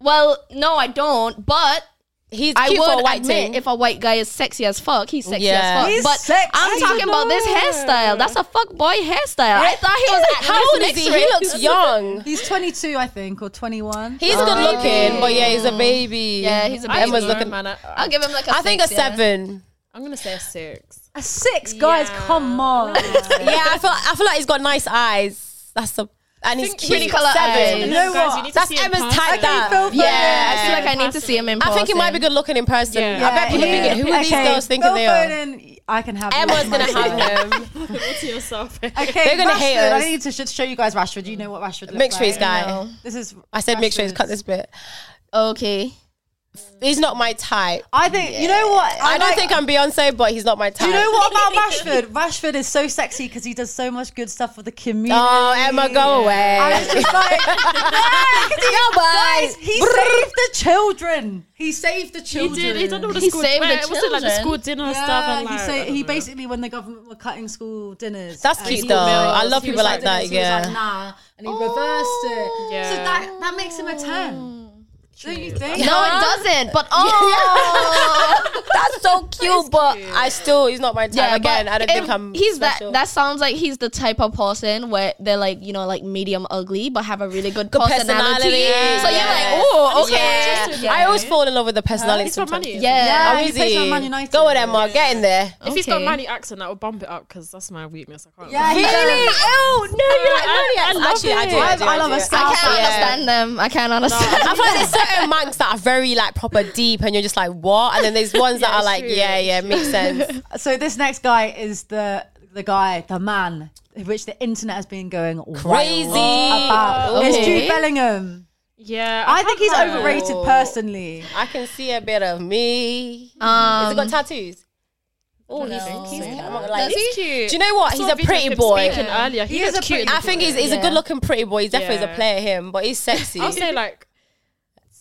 Well, no, I don't. But He's I cute for a would white admit thing. if a white guy is sexy as fuck, he's sexy Yeah. as fuck. He's but sexy. I'm talking about this hairstyle. That's a fuck boy hairstyle. I thought he was at How old is he? He looks young. He's 22, I think, or 21. He's good looking, but yeah, he's a baby. Yeah, he's a baby. Emma's Don't know, looking. Man, I, I'll give him like a I think a six, yeah. seven. I'm gonna say a six. A six, guys, come on. Yeah, I feel. I feel like he's got nice eyes. That's the and he's Think cute. pretty colour seven. eyes. You know Guys, what? you need to That's see him Emma's pass type. it. that. Phil Foden. yeah, I feel like I need to see him in I think he might be person. good looking in person. Yeah. I bet people Yeah. thinking, who are these Okay, girls thinking Phil they are? Foden, I can have him. Emma's gonna have him. Look to yourself. Okay, They're gonna hate Rashford, us. I need to sh- show you guys Rashford. You know what Rashford looks Mixed like. race guy. No. This is. I said mixed race. Cut Rashford's. this bit. Okay. He's not my type. I think you know what. I don't like- think I'm Beyonce, but he's not my Do type. you know what about Rashford? Rashford is so sexy because he does so much good stuff for the community. Oh, Emma, go away. I was just like, yeah, 'cause he- Go bye. guys, he saved the children. He saved the He children. did. He done all the He school. saved the Wait, was it like the children. school dinner Yeah, stuff? And he like, I say, don't he know. basically when the government were cutting school dinners. That's uh, cute he though. emailed I us. love He was people like like that, this, he was like, yeah. nah, and he reversed it. So Yeah. that that makes him a ten. Do you cute. think? No, it doesn't. But oh, That's so cute, but I still he's not my type. Again, but I don't if think I'm. He's special. that. That sounds like he's the type of person where they're like you know like medium ugly but have a really good, Good personality. personality. So you're like, Yes. oh, Yeah. okay. I always fall in love with the personality. He's from sometimes. Manu. Yeah. How Yeah, he easy. plays for Man United. Go with Emma. Get in there. If he's got Okay. Manu accent, that would bump it up because that's my weakness. I can't. Yeah, he Really? Ew. No, you like I- Manu. I accent. love Actually, I it. do. I, do, I I love do. a I style. can't understand them. I can't understand. I find there's certain monks that are very like proper deep, and you're just like, what? And then there's ones that are like, true. yeah, yeah, makes sense. So this next guy is the the guy, the man, which the internet has been going Crazy. wild about. It's Okay. Jude Bellingham. Yeah, I think he's can't lie. overrated personally. I can see a bit of me. Um, Has he got tattoos? Oh, he's, he's I'm not gonna lie. Does He's- he? Do you know what? I saw He's a video of pretty him boy. speaking Earlier, he, He is is a cute. pretty- I think he's he's a Yeah. good looking pretty boy. He's definitely Yeah. a player him, but he's sexy. I'll say like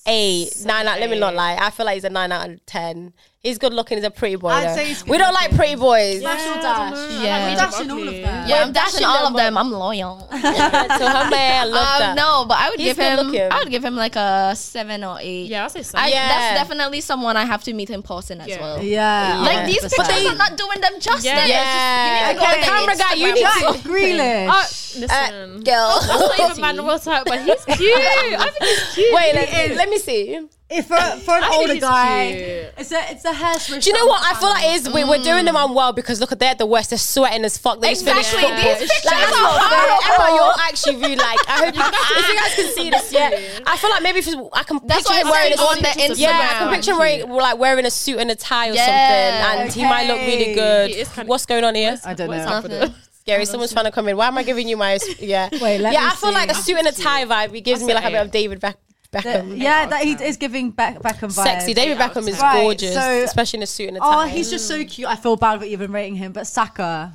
eight, nine out. Let me not lie. I feel like he's a nine out of ten. He's good looking. He's a pretty boy. I'd though. say he's good we don't like pretty boys. National dash. Yeah. I'm dashing all of them. yeah, I'm dashing dashing all them of them. I'm loyal. so her man, I love Um, that. no, but I would He's give him. good-looking. I would give him like a seven or eight. yeah, I'll say so. Uh, I, Yeah. That's definitely someone I have to meet in person as Yeah. well. Yeah. Like these But pictures they- are not doing them justice. Yeah. You Yeah. need to Okay, go on their camera guy, you need Instagram. to- Jack Grealish. Uh, Uh, listen, girl. that's not even Manuel type, but he's cute. I think he's cute. Wait, let, let me see. if for, for an I think older he's guy, cute. it's a it's a hair switch. Do you know what? I feel like is we, we're doing them unwell because look, they're at the worst. They're sweating as fuck. They just Mm. Exactly. finished football. These pictures Like, that's are not fair. Emma, horrible. you're actually really like. I hope you, if you guys can see this. Yeah, I feel like maybe if it's- I can That's picture why him I'm wearing saying a on suit. the Instagram. Yeah, I can picture him wearing like wearing a suit and a tie or something, and he might look really Okay. good. He is kinda- What's going on here? I don't What's know. up with it? Scary. Someone's trying to come in. Why am I giving you my? Yeah. Wait, let yeah, me I feel see. like a suit and a tie vibe. It gives me like a bit of David Beck- That- Beckham. yeah, that he is giving back back and Sexy. David Beckham is Right, gorgeous, so- especially in a suit and a Oh, tie. he's just so cute. I feel bad for even rating him, but Saka.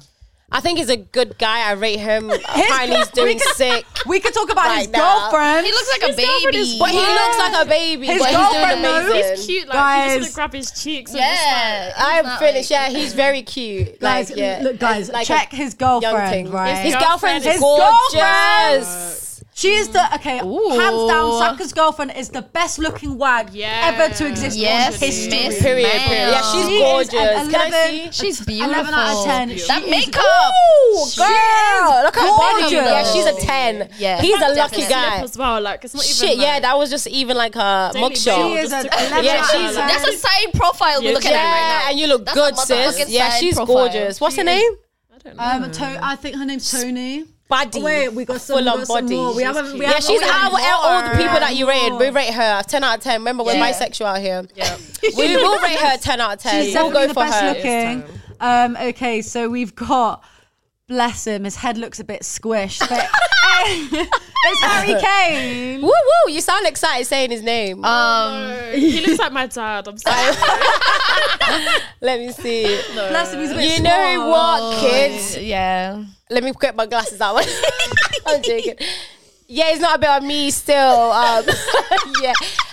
I think he's a good guy. I rate him. Apparently, he's we doing can- sick. We could talk about Right his now. girlfriend. He looks like a baby. But he looks like a baby. His but he's doing girlfriend knows. amazing. He's cute. Like he Guys. just wanna grab his cheeks. And yeah. he's I'm not finished. like- yeah, he's very cute. guys, like, yeah. look, guys, Like a check his young girlfriend, thing. right? His girlfriend's His gorgeous. she is the okay, hands down. Saka's girlfriend is the best looking wag Yeah. ever to exist Yes, on history. miss. Period. Period. Yeah, she's She is gorgeous. an Can I 11 see? She's beautiful. 11 out of 10. That She is- makeup. Ooh, She girl, is look how gorgeous. gorgeous. Yeah, she's a ten. Yeah. he's a Definitely lucky guy. slip as well. Like it's not even. Shit, like, yeah, that was just even like a daily She mugshot. is just an to create 11 Yeah, her, she's- like- That's a side profile we're Yeah. looking yeah, at right now. and you look That's a good, sis. motherfucking Yeah, side she's profile. gorgeous. What's her name? Um, to- I think her name's Tony. Body. Wait, we got some, Full we on got some body. more. We haven't. We yeah, haven't she's we our haven't got all the her. people that you rated. We More. rate her ten out of ten. Remember, we're Yeah. bisexual out here. we will rate her ten out of ten. She's we'll definitely go the for best her. looking. Um, okay, so we've got. Bless him. His head looks a bit squished. But it's Harry Kane. Woo woo! You sound excited saying his name. Um, No, he looks like my dad. I'm sorry. Let me see. Bless him. He's a bit You know small. what, kids? yeah. Let me get my glasses out. I'm joking. Yeah, it's not about me still. Um, yeah,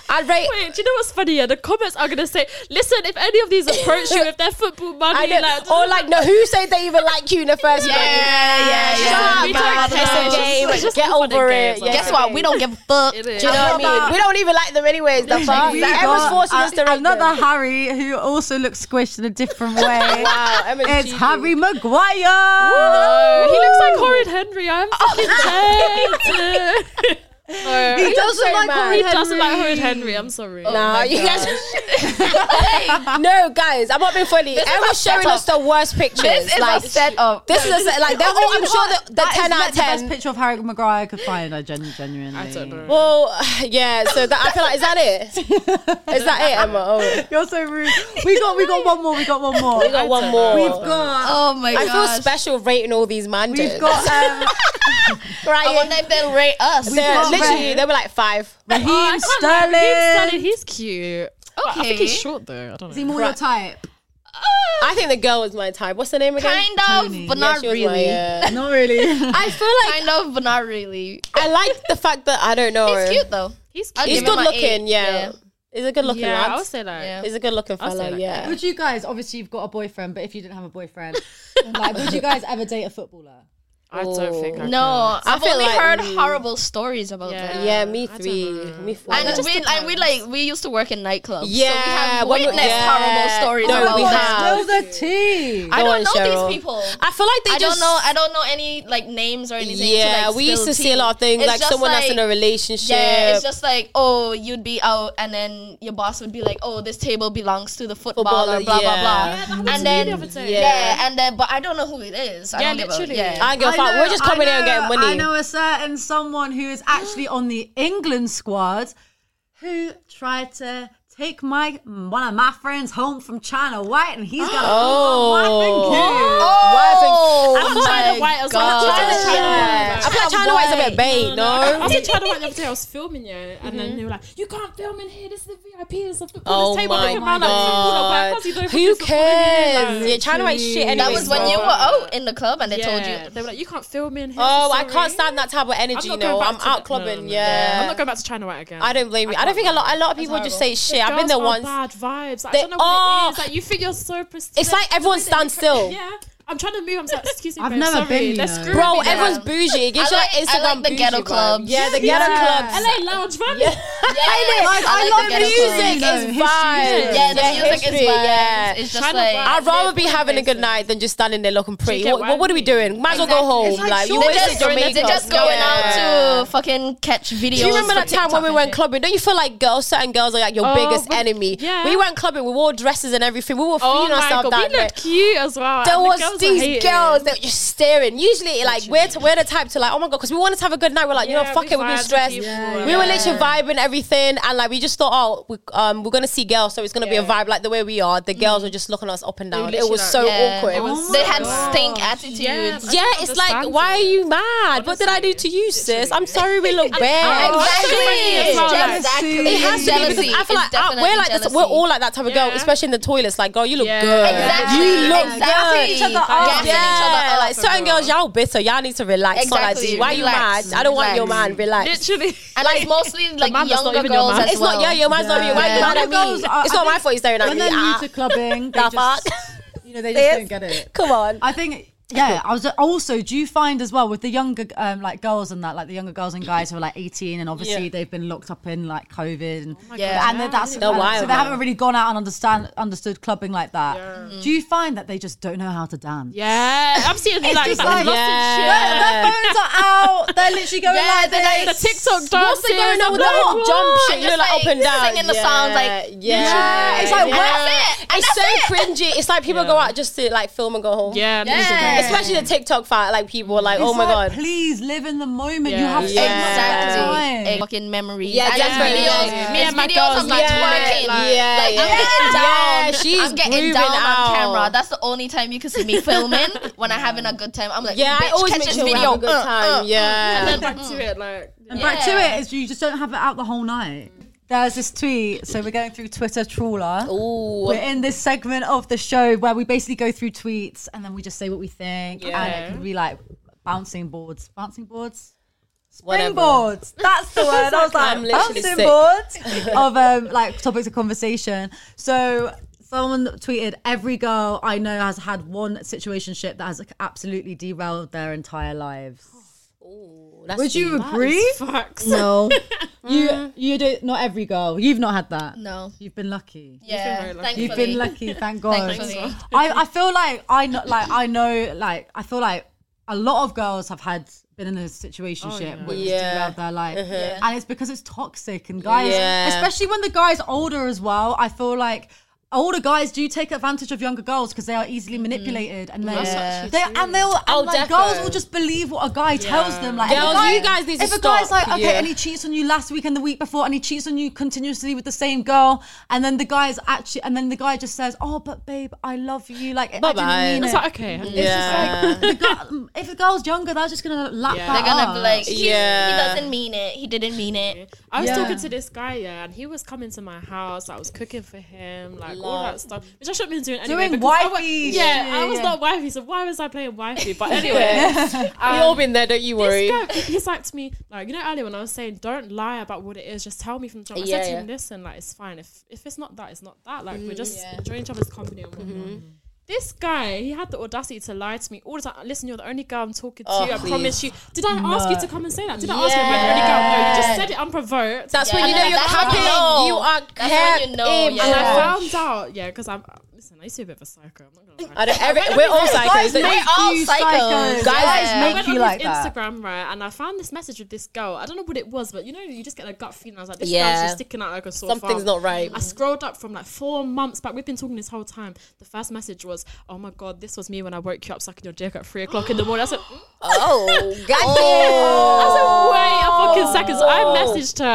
I'd rate. Wait, do you know what's funny? Yeah, the comments are gonna say, "Listen, if any of these approach you with their football money, I know, like, or like, no, who said they even like you in the first place? Yeah, yeah, Shut yeah. up, We man. don't It's know. a game. It's just Get for the over game, it. like- Guess what? We don't give a fuck. It is. Do you know what I mean? We don't even like them anyways. The fuck. We Emma's got forcing us to a- rate another them. Harry who also looks squished in a different way. Wow, Emma's It's cheating. Harry Oh, Maguire. he looks like Horrid Henry. I'm fucking dead. No, He doesn't so like mad. Horrid he Henry. doesn't like Horrid Henry. Oh. I'm sorry. Nah, you guys. Oh no, guys, I'm not being funny. This is a Emma's showing setup. us the worst pictures. This is like, a setup. this is a set, Oh, like they're all. I'm sure the, the That is ten out like of the best ten. picture of Harry Maguire I could find. I gen- genuinely. I don't know. Well, yeah. So that I feel like is that it? Is that it, Emma? Oh, You're so rude. We got we got one more. We got one more. we got one more. We've got Oh my I god. feel special rating all these man. we've got um, right. I wonder if they'll rate us. We've got literally, Ray. they were like five. Raheem I can't lie, Sterling. Raheem Sterling, he's cute. But I think Okay. he's short though. I don't Is he know. more your type? I think the girl was my type. What's her name again? Ah, Kind Tony. of, but Yeah, not she was my, really. uh, Not really. I feel like Kind of, but not really. I like the fact that I don't know. He's cute though. He's I'll cute. He's give him good an looking. eight, Yeah. yeah. he's a good looking yeah, I lad. would say like. Yeah. He's a good looking I'll say fella. that. Yeah. would you guys? Obviously, you've got a boyfriend, but if you didn't have a boyfriend, like, would you guys ever date a footballer? I don't think I No, I've feel only like- heard mm. horrible stories about Yeah. them. Yeah, me I don't three. know. Me four. And just we, and we like we used to work in nightclubs. Yeah, so we have when we- witnessed yeah. horrible stories No, Oh about we them. have. Spill the tea. I Go don't on, know Cheryl. these people. I feel like they I don't just know. I don't know any like names or anything. yeah, to, like, we used spill to see a lot of tea. things It's like just someone that's in like- a relationship. Yeah, it's just like oh, you'd be out, and then your boss would be like, oh, this table belongs to the footballer, Footballer, blah yeah. Yeah, blah blah. and then yeah. yeah. and then but I don't know who it is. I Yeah, don't give a- literally. yeah. I don't give a fuck. We're just coming here and getting money. I know a certain someone who is actually on the England squad who tried to take my one of my friends home from China White, and he's got Oh. a oh, Oh, Oh I feel like my China White as well. God. China- China Yeah. White. I feel like China White's a bit bait, I no? was in China White the other day. I was filming you, and then they were like, "You can't film in here. This is the VIP. This is the football. Oh this table. my Look around, like, football, like, god. why can't you do Who football in here?" cares? Yeah, Like, China White's shit Literally. anyway. That was when you were bro. out in the club, and they told yeah. you. They were like, "You can't film in here. Oh, I'm I can't sorry." stand that type of energy, not you going know. back I'm to- no, out no, clubbing, no. yeah. I'm not going back to China White again. I don't blame you. I don't think a lot. A lot of people just say shit. I've been Girls there are once. Bad vibes. Like, They I don't know what are. it is. Like you think you're so prestigious. It's like everyone stands still, yeah. I'm trying to move. I'm like, excuse me. I've babe, never sorry. been, you They're know. screwing bro. me now. Everyone's bougie. It gives I you like- like I Instagram like the bougie ghetto vibe. clubs. Yeah, the ghetto clubs. LA lounge vibes. Like, I I love like the ghetto music. clubs. You know, Music is history, vibes. Yeah, the music is history, vibes. yeah. It's just China like vibes. I'd rather be Yeah, having a good places. night than just standing there looking pretty. get What, what what, I are mean? we doing? Might as well go home. It's like Like, you short- They're Always wasted just, your they're makeup. just going Yeah. out to fucking catch videos. Do you remember for that time when we TikTok went and clubbing? Don't you feel like girls, certain girls, are like your Oh, biggest but- enemy? yeah. We went clubbing. We wore dresses and everything. We were Oh feeling my ourselves god, that we night. looked cute as well. There and the was girls were these hating. girls that were just staring. Usually, like we're to, we're the type to like, oh my god, because we wanted to have a good night. We're like, you know, Yeah, fuck we it, we've vibed been with stressed. people. We were Yeah. literally vibing everything, and like we just thought, oh, we, um, we're gonna see girls, so it's gonna be a Yeah. Mm. vibe like the way we are. The girls were just looking at us up and down. It literally was like- so Yeah. awkward. It was shit? so They had Wow. stink attitudes. yeah, I it's like, understand why are it. you mad? What did I do to you, sis? I'm sorry, we look bad. Oh, I should've been here as well, Exactly. Jealousy. like- It has to be because I feel like I- we're like this, we're all like that type of girl, Yeah. especially in the toilets. Like, girl, you look Yeah. good. Exactly. You look Exactly. good. Gassing each other up. Yeah, Gassing each other up, like certain bro. girls, y'all bitter. Y'all need to relax. It's not like Exactly. this. Why Relax. you mad? I don't want your Relax. man. Relax. Literally. And like mostly like man that's not younger even your girls man. as it's well. not. Yeah, your man's not. you. Why you Yeah. mad at me? Girls are- It's I not my think fault. He's staring at When me. they're new Ah, to clubbing, they The just, fuck? you know, they just Sis. don't get it. Come on. I think yeah. I was also. Do you find as well with the younger um, like girls and that like the younger girls and guys who are like eighteen and obviously Yeah. they've been locked up in like COVID and Yeah. and that- that's They're so wild they now. haven't really gone out and understand understood clubbing like that. Do you find that they just don't know how to dance? Yeah, I'm seeing like, just like, like- lots of Yeah. shit. Their phones are out. They're literally going Yeah, like they're this. like- The TikTok dances. What's the going on with that What? whole jump shit? I'm You're just, like, up like, and down. singing the songs, like, yeah. Yeah, it's like, yeah. That's it. And It's so that's it. cringy. It's like people go out just to like film and go home. Yeah, Yeah. literally. Especially the TikTok fight, like people were like, It's "Oh my like, god!" Please live in the moment. You Yeah. have so Exactly. much time. Eh, Fucking memories. Yeah, And it's definitely. videos. Yeah. Me It's and my videos girls of like like that, twerking. like- yeah, Like, yeah. I'm getting down. Yeah, she's I'm getting grooving down out. on camera. That's the only time you can see me filming when I'm having a good time. I'm like, yeah, bitch, I always catch make this sure we video. have a good Uh, time. uh. yeah, And then back to it, like. And back to Yeah. it is you just don't have it out the whole night. There's this tweet. So we're going through Twitter trawler. Ooh. We're in this segment of the show where we basically go through tweets and then we just say what we think. And Yeah. it could be like bouncing boards. Bouncing boards? Whatever. Springboards. That's the word. I was I'm like, literally bouncing sick. boards of um, like topics of conversation. So someone tweeted, every girl I know has had one situationship that has absolutely derailed their entire lives. Ooh, that's Would you deep. agree? Fucks. No. Mm. you you do not every girl. You've not had that. No. You've been lucky. Yeah, very lucky. thankfully. You've been lucky, thank God. Thankfully. I, I feel like I know like I know like I feel like a lot of girls have had been in a situation yeah. which Oh, Yeah. Uh-huh. yeah. derailed their life. Yeah. And it's because it's toxic and guys Yeah. especially when the guy's older as well, I feel like older guys do take advantage of younger girls because they are Mm-hmm. easily manipulated and they, That's actually they true. and they'll and Oh, like defo. girls will just believe what a guy tells them. Like if a Girls, guy- you guys need to if a guy's stop. like, okay, Yeah. and he cheats on you last week and the week before, and he cheats on you continuously with the same girl, and then the guy's actually, and then the guy just says, "Oh, but babe, I love you." Like, I Bye-bye. didn't mean It's it. like, okay. It's Yeah. just like the girl, if the girl's younger, they're just gonna lap Yeah. that They're gonna up. be like, "She's- Yeah. he doesn't mean it. He didn't mean it. I was Yeah. talking to this guy, yeah, and he was coming to my house. I was cooking for him, like all Love. that stuff, which I shouldn't have been doing anyway. Doing because I wa- wifey yeah, shit, I was yeah. not wifey, so why was I playing wifey? But anyway, Yeah. we all been there. Don't you worry. this guy, he- he's like to me, like you know earlier when I was saying, don't lie about what it is, just tell me from the jump. I said Yeah, to him, yeah. Mm-hmm. listen, like it's fine. If if it's not that, it's not that. Like we're just enjoying each other's company and whatnot. This guy, he had the audacity to lie to me all the time. Listen, you're the only girl I'm talking to. Oh, I please. promise you. Did I ask you to come and say that? Did I ask you if I'm the only girl? No, Yeah. you just said it unprovoked. That's when Yeah. you know you're That's when you know. capping. You are when capping. you know, yeah. and I Yeah. found out, yeah, because I'm. Listen, I used to be a bit of a psycho. I'm not gonna lie. I don't, every, we're all psychos. Guys We're make all you psychos. psychos. Guys, Guys I make went you on like his that. Instagram, right, and I found this message with this girl. I don't know what it was, but you know, you just get a gut feeling. I was like, this Yeah. girl's just sticking out like a sore something's thumb. not right. I scrolled up from like four months back. We've been talking this whole time. The first message was, "Oh my god, this was me when I woke you up sucking your dick at three o'clock in the morning." I said, Oh, god "I damn. said, wait a fucking second." So I messaged her.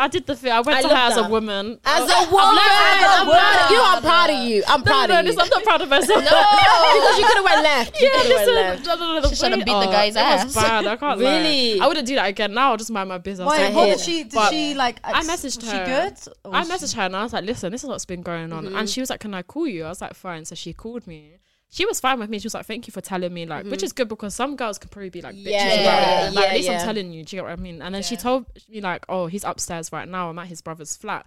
I, I did the thing. I went I to her love as a that. woman. As a woman, as a I'm proud of woman. you. I'm proud of you. I'm No, proud no, of this, you. I'm not proud of myself. because you could have went left. You Yeah, could have went left. listen. No, no, no, the She should've way- beat the oh, guy's it ass. Was bad. I can't lie. Really? I wouldn't do that again. Now I'll just mind my business. I was Wait, like, what "Oh, did she? Did But- she like? I ex- messaged was her. She good? Or I was messaged her and I was like, listen, this is what's been going on. Mm-hmm. And she was like, can I call you? I was like, fine. So she called me. She was fine with me. She was like, thank you for telling me, like, which is good because some girls can probably be like, bitches Mm-hmm. Yeah, about yeah, it. Like, yeah, at least yeah. I'm telling you. Do you get what I mean? And then she told me, like, oh, he's upstairs right now. I'm at his brother's flat.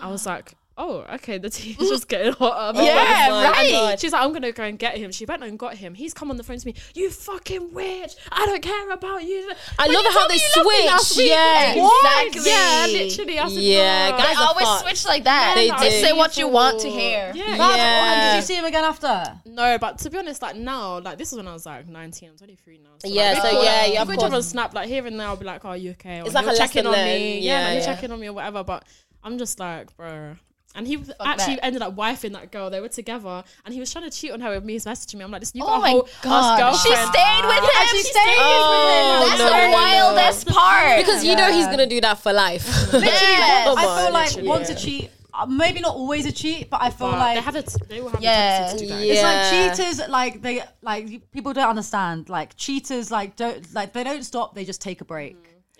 I was like, oh, okay, the tea's just getting hotter. Yeah, right. And "Oh She's like, I'm gonna go and get him. She went and got him. He's come on the phone to me. You he witch! I don't care about you. I love how they switch. Yeah. Exactly. Yeah, literally. I said, Yeah, "No." guys I are always fucked. switch like that. They do. Just say what you want to hear. Yeah, Wow, Yeah. and Did you see him again after? No, but to be honest, like now, like this is when I was like 19, I'm 23 now. So, Yeah, like, so people- yeah, yeah, of People course. jump on Snap, like here and there, I'll be like, oh, are you okay? Or It's like "You're a checking on lesson me. learned. Yeah, Yeah, like, you're yeah. checking on me or whatever. But I'm just like, bro. And he actually that. ended up wifing that girl. They were together, and he was trying to cheat on her with me. He's messaging me. I'm like, this you Oh got a my whole ass God. She girlfriend. stayed with him. she stayed Oh, That's no. the wildest part. Because you know he's gonna do that for life. Literally, Yes. I Come on, feel like literally. once a cheat, uh, maybe not always a cheat, but I feel But like they have a t- they will have Yeah. a tendency to do that. Yeah. Yeah. It's like cheaters, like they, like you- people don't understand. Like cheaters, like don't, like they don't stop. They just take a break.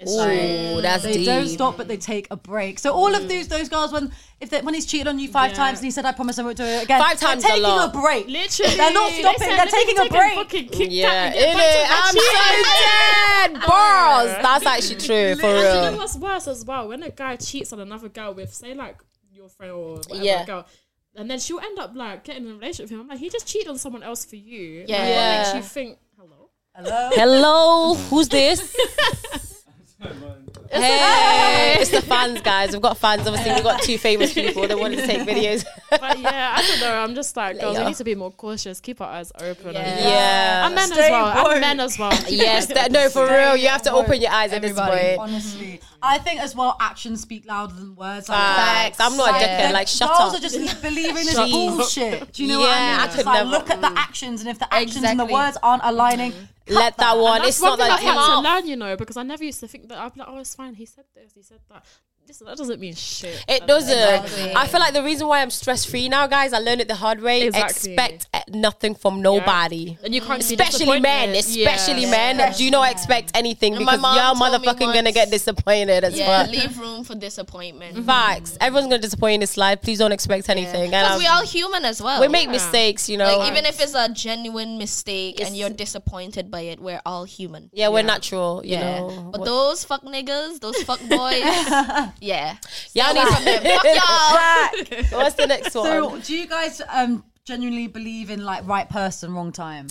Ooh, that's They Mm. deep. Mm. don't stop, but they take a break. So all of those those girls, when if they, when he's cheated on you five Yeah. times and he said, "I promise I won't do it again," Five they're times a taking a, lot. break. Literally, They're not They stopping, said, they're "Let me taking a take break." Fucking kick Yeah, back and in get it. back I'm to that shit. so dead. Bars. That's actually true for and you know real. what's worse as well? When a guy cheats on another girl with, say, like your friend or whatever Yeah. girl, and then she'll end up like getting in a relationship with him. I'm like, he just cheated on someone else for you. Yeah. Like, Yeah. What makes you think? Hello. Hello? Hello, who's this? Hey, it's the fans, guys. We've got fans. Obviously, we've got two famous people that wanted to take videos. But yeah, I don't know. I'm just like, girls, we Later. need to be more cautious. Keep our eyes open. Yeah. And, yeah. and men Stay as well. woke. And men as well. Keep your yes, eyes that, open. no, for real. You have to open your eyes at this Everybody, point. honestly, I think as well, actions speak louder than words. Like, Facts. I'm not a Facts. dickhead. Like, shut girls up. are just believing this Shut up. bullshit. Do you know what Yeah, I I mean? It's could like, never- Mm. look at the actions, and if the actions and the Exactly. words aren't aligning, cut Let that one. That's It's one not thing like I've him. had to learn, you know, because I never used to think that I'd be like, oh, it's fine. He said this. He said that. Listen, that doesn't mean shit. It doesn't. I feel like the reason why I'm stress free now, guys, I learned it the hard way. Exactly. Expect eh, nothing from nobody. And you can't be Especially men, disappointed. especially Yeah. men. Do not expect anything And my because mom y'all told me motherfucking gonna once- get disappointed as Yeah, Mm-hmm. fuck. leave room for disappointment. Facts. Everyone's gonna disappoint in this life. Please don't expect anything. And Because I'm- we're all human as well. we make mistakes, you know. like, even if it's a genuine mistake It's- and you're disappointed by it, we're all human. yeah, we're natural, you Yeah. know. but What- those fuck niggas, those fuck boys, yeah. y'all need Fuck y'all. What's the next one? So, do you guys um genuinely believe in like right person, wrong time?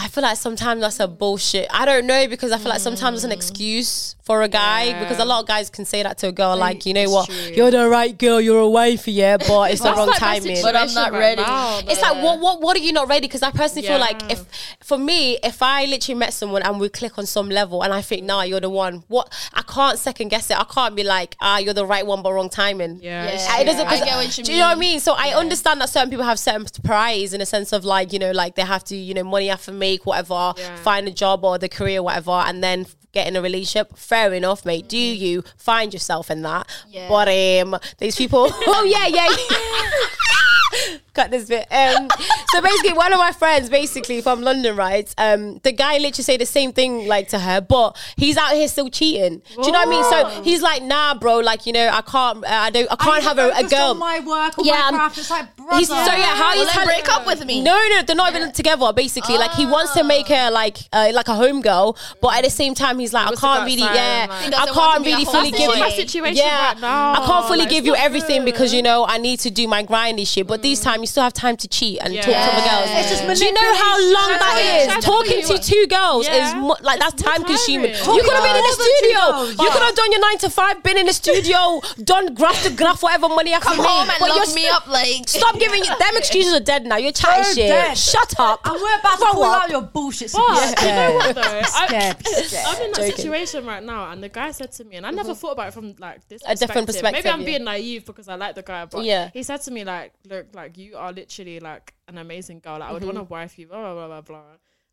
I feel like sometimes that's a bullshit. I don't know because I feel like sometimes it's an excuse for a guy because a lot of guys can say that to a girl, like, you know what, you're the right girl, you're a wife, yeah, but it's the wrong That's like my timing. But I'm not situation right ready. now, It's like what what what are you not ready? Because I personally feel like Yeah. if for me, if I literally met someone and we click on some level and I think, nah, you're the one, what I can't second guess it. I can't be like, ah, you're the right one but wrong timing. Yeah. Yeah. it's Uh, It doesn't. I 'cause- get what you do you know what I mean. mean? So I understand that certain people have certain priorities in a sense of like you know like they have to you know money have to make whatever, Yeah. find a job or the career whatever, and then f- get in a relationship. Fair enough, mate. Do you find yourself in that? Mm. Yeah. But um, these people. oh yeah, yeah. Cut this bit. Um, so basically, one of my friends, basically from London, right? Um, the guy literally said the same thing like to her, but he's out here still cheating. Do you know what I mean? So he's like, nah, bro. Like you know, I can't. I don't. I can't have a, a Focus girl. on my work or Yeah, my I'm- craft. It's like, bro, brother. He's so yeah. How Will he's they tell- break up with me? No, no, they're not even together. Basically, like he wants to make her like uh, like a homegirl, but at the same time he's like, I wants to can't go really, outside yeah, and, like- He I doesn't want to can't be a really fully homeboy. give That's you the situation yeah, right now. I can't fully Like, give it's you not everything good. because you know I need to do my grindy shit. But these time you still have time to cheat and talk to other girls. Yes. It's just do you know how long manipulation. that That's is? what Talking you- to two girls Yeah. is mo- like that's time consuming. tiring. You could have been in the More than two studio. girls. You could have done your nine to five, been in the studio, done graft to graft whatever money I can Come make. home and but you're lock me still- up, like. Stop giving them excuses are dead now. You're chatting They're dead. shit. Shut up. And we're about to Grow call up. out your bullshit. But you know what though? I, Scared, scared. I'm in that Joking. Mm-hmm. situation right now, and the guy said to me, and I never thought about it from like this A different Maybe perspective, I'm yeah. being naive because I like the guy, but Yeah. he said to me like, "Look, like you are literally like an amazing girl. Like, I would want to Mm-hmm. wife you, blah blah blah blah blah."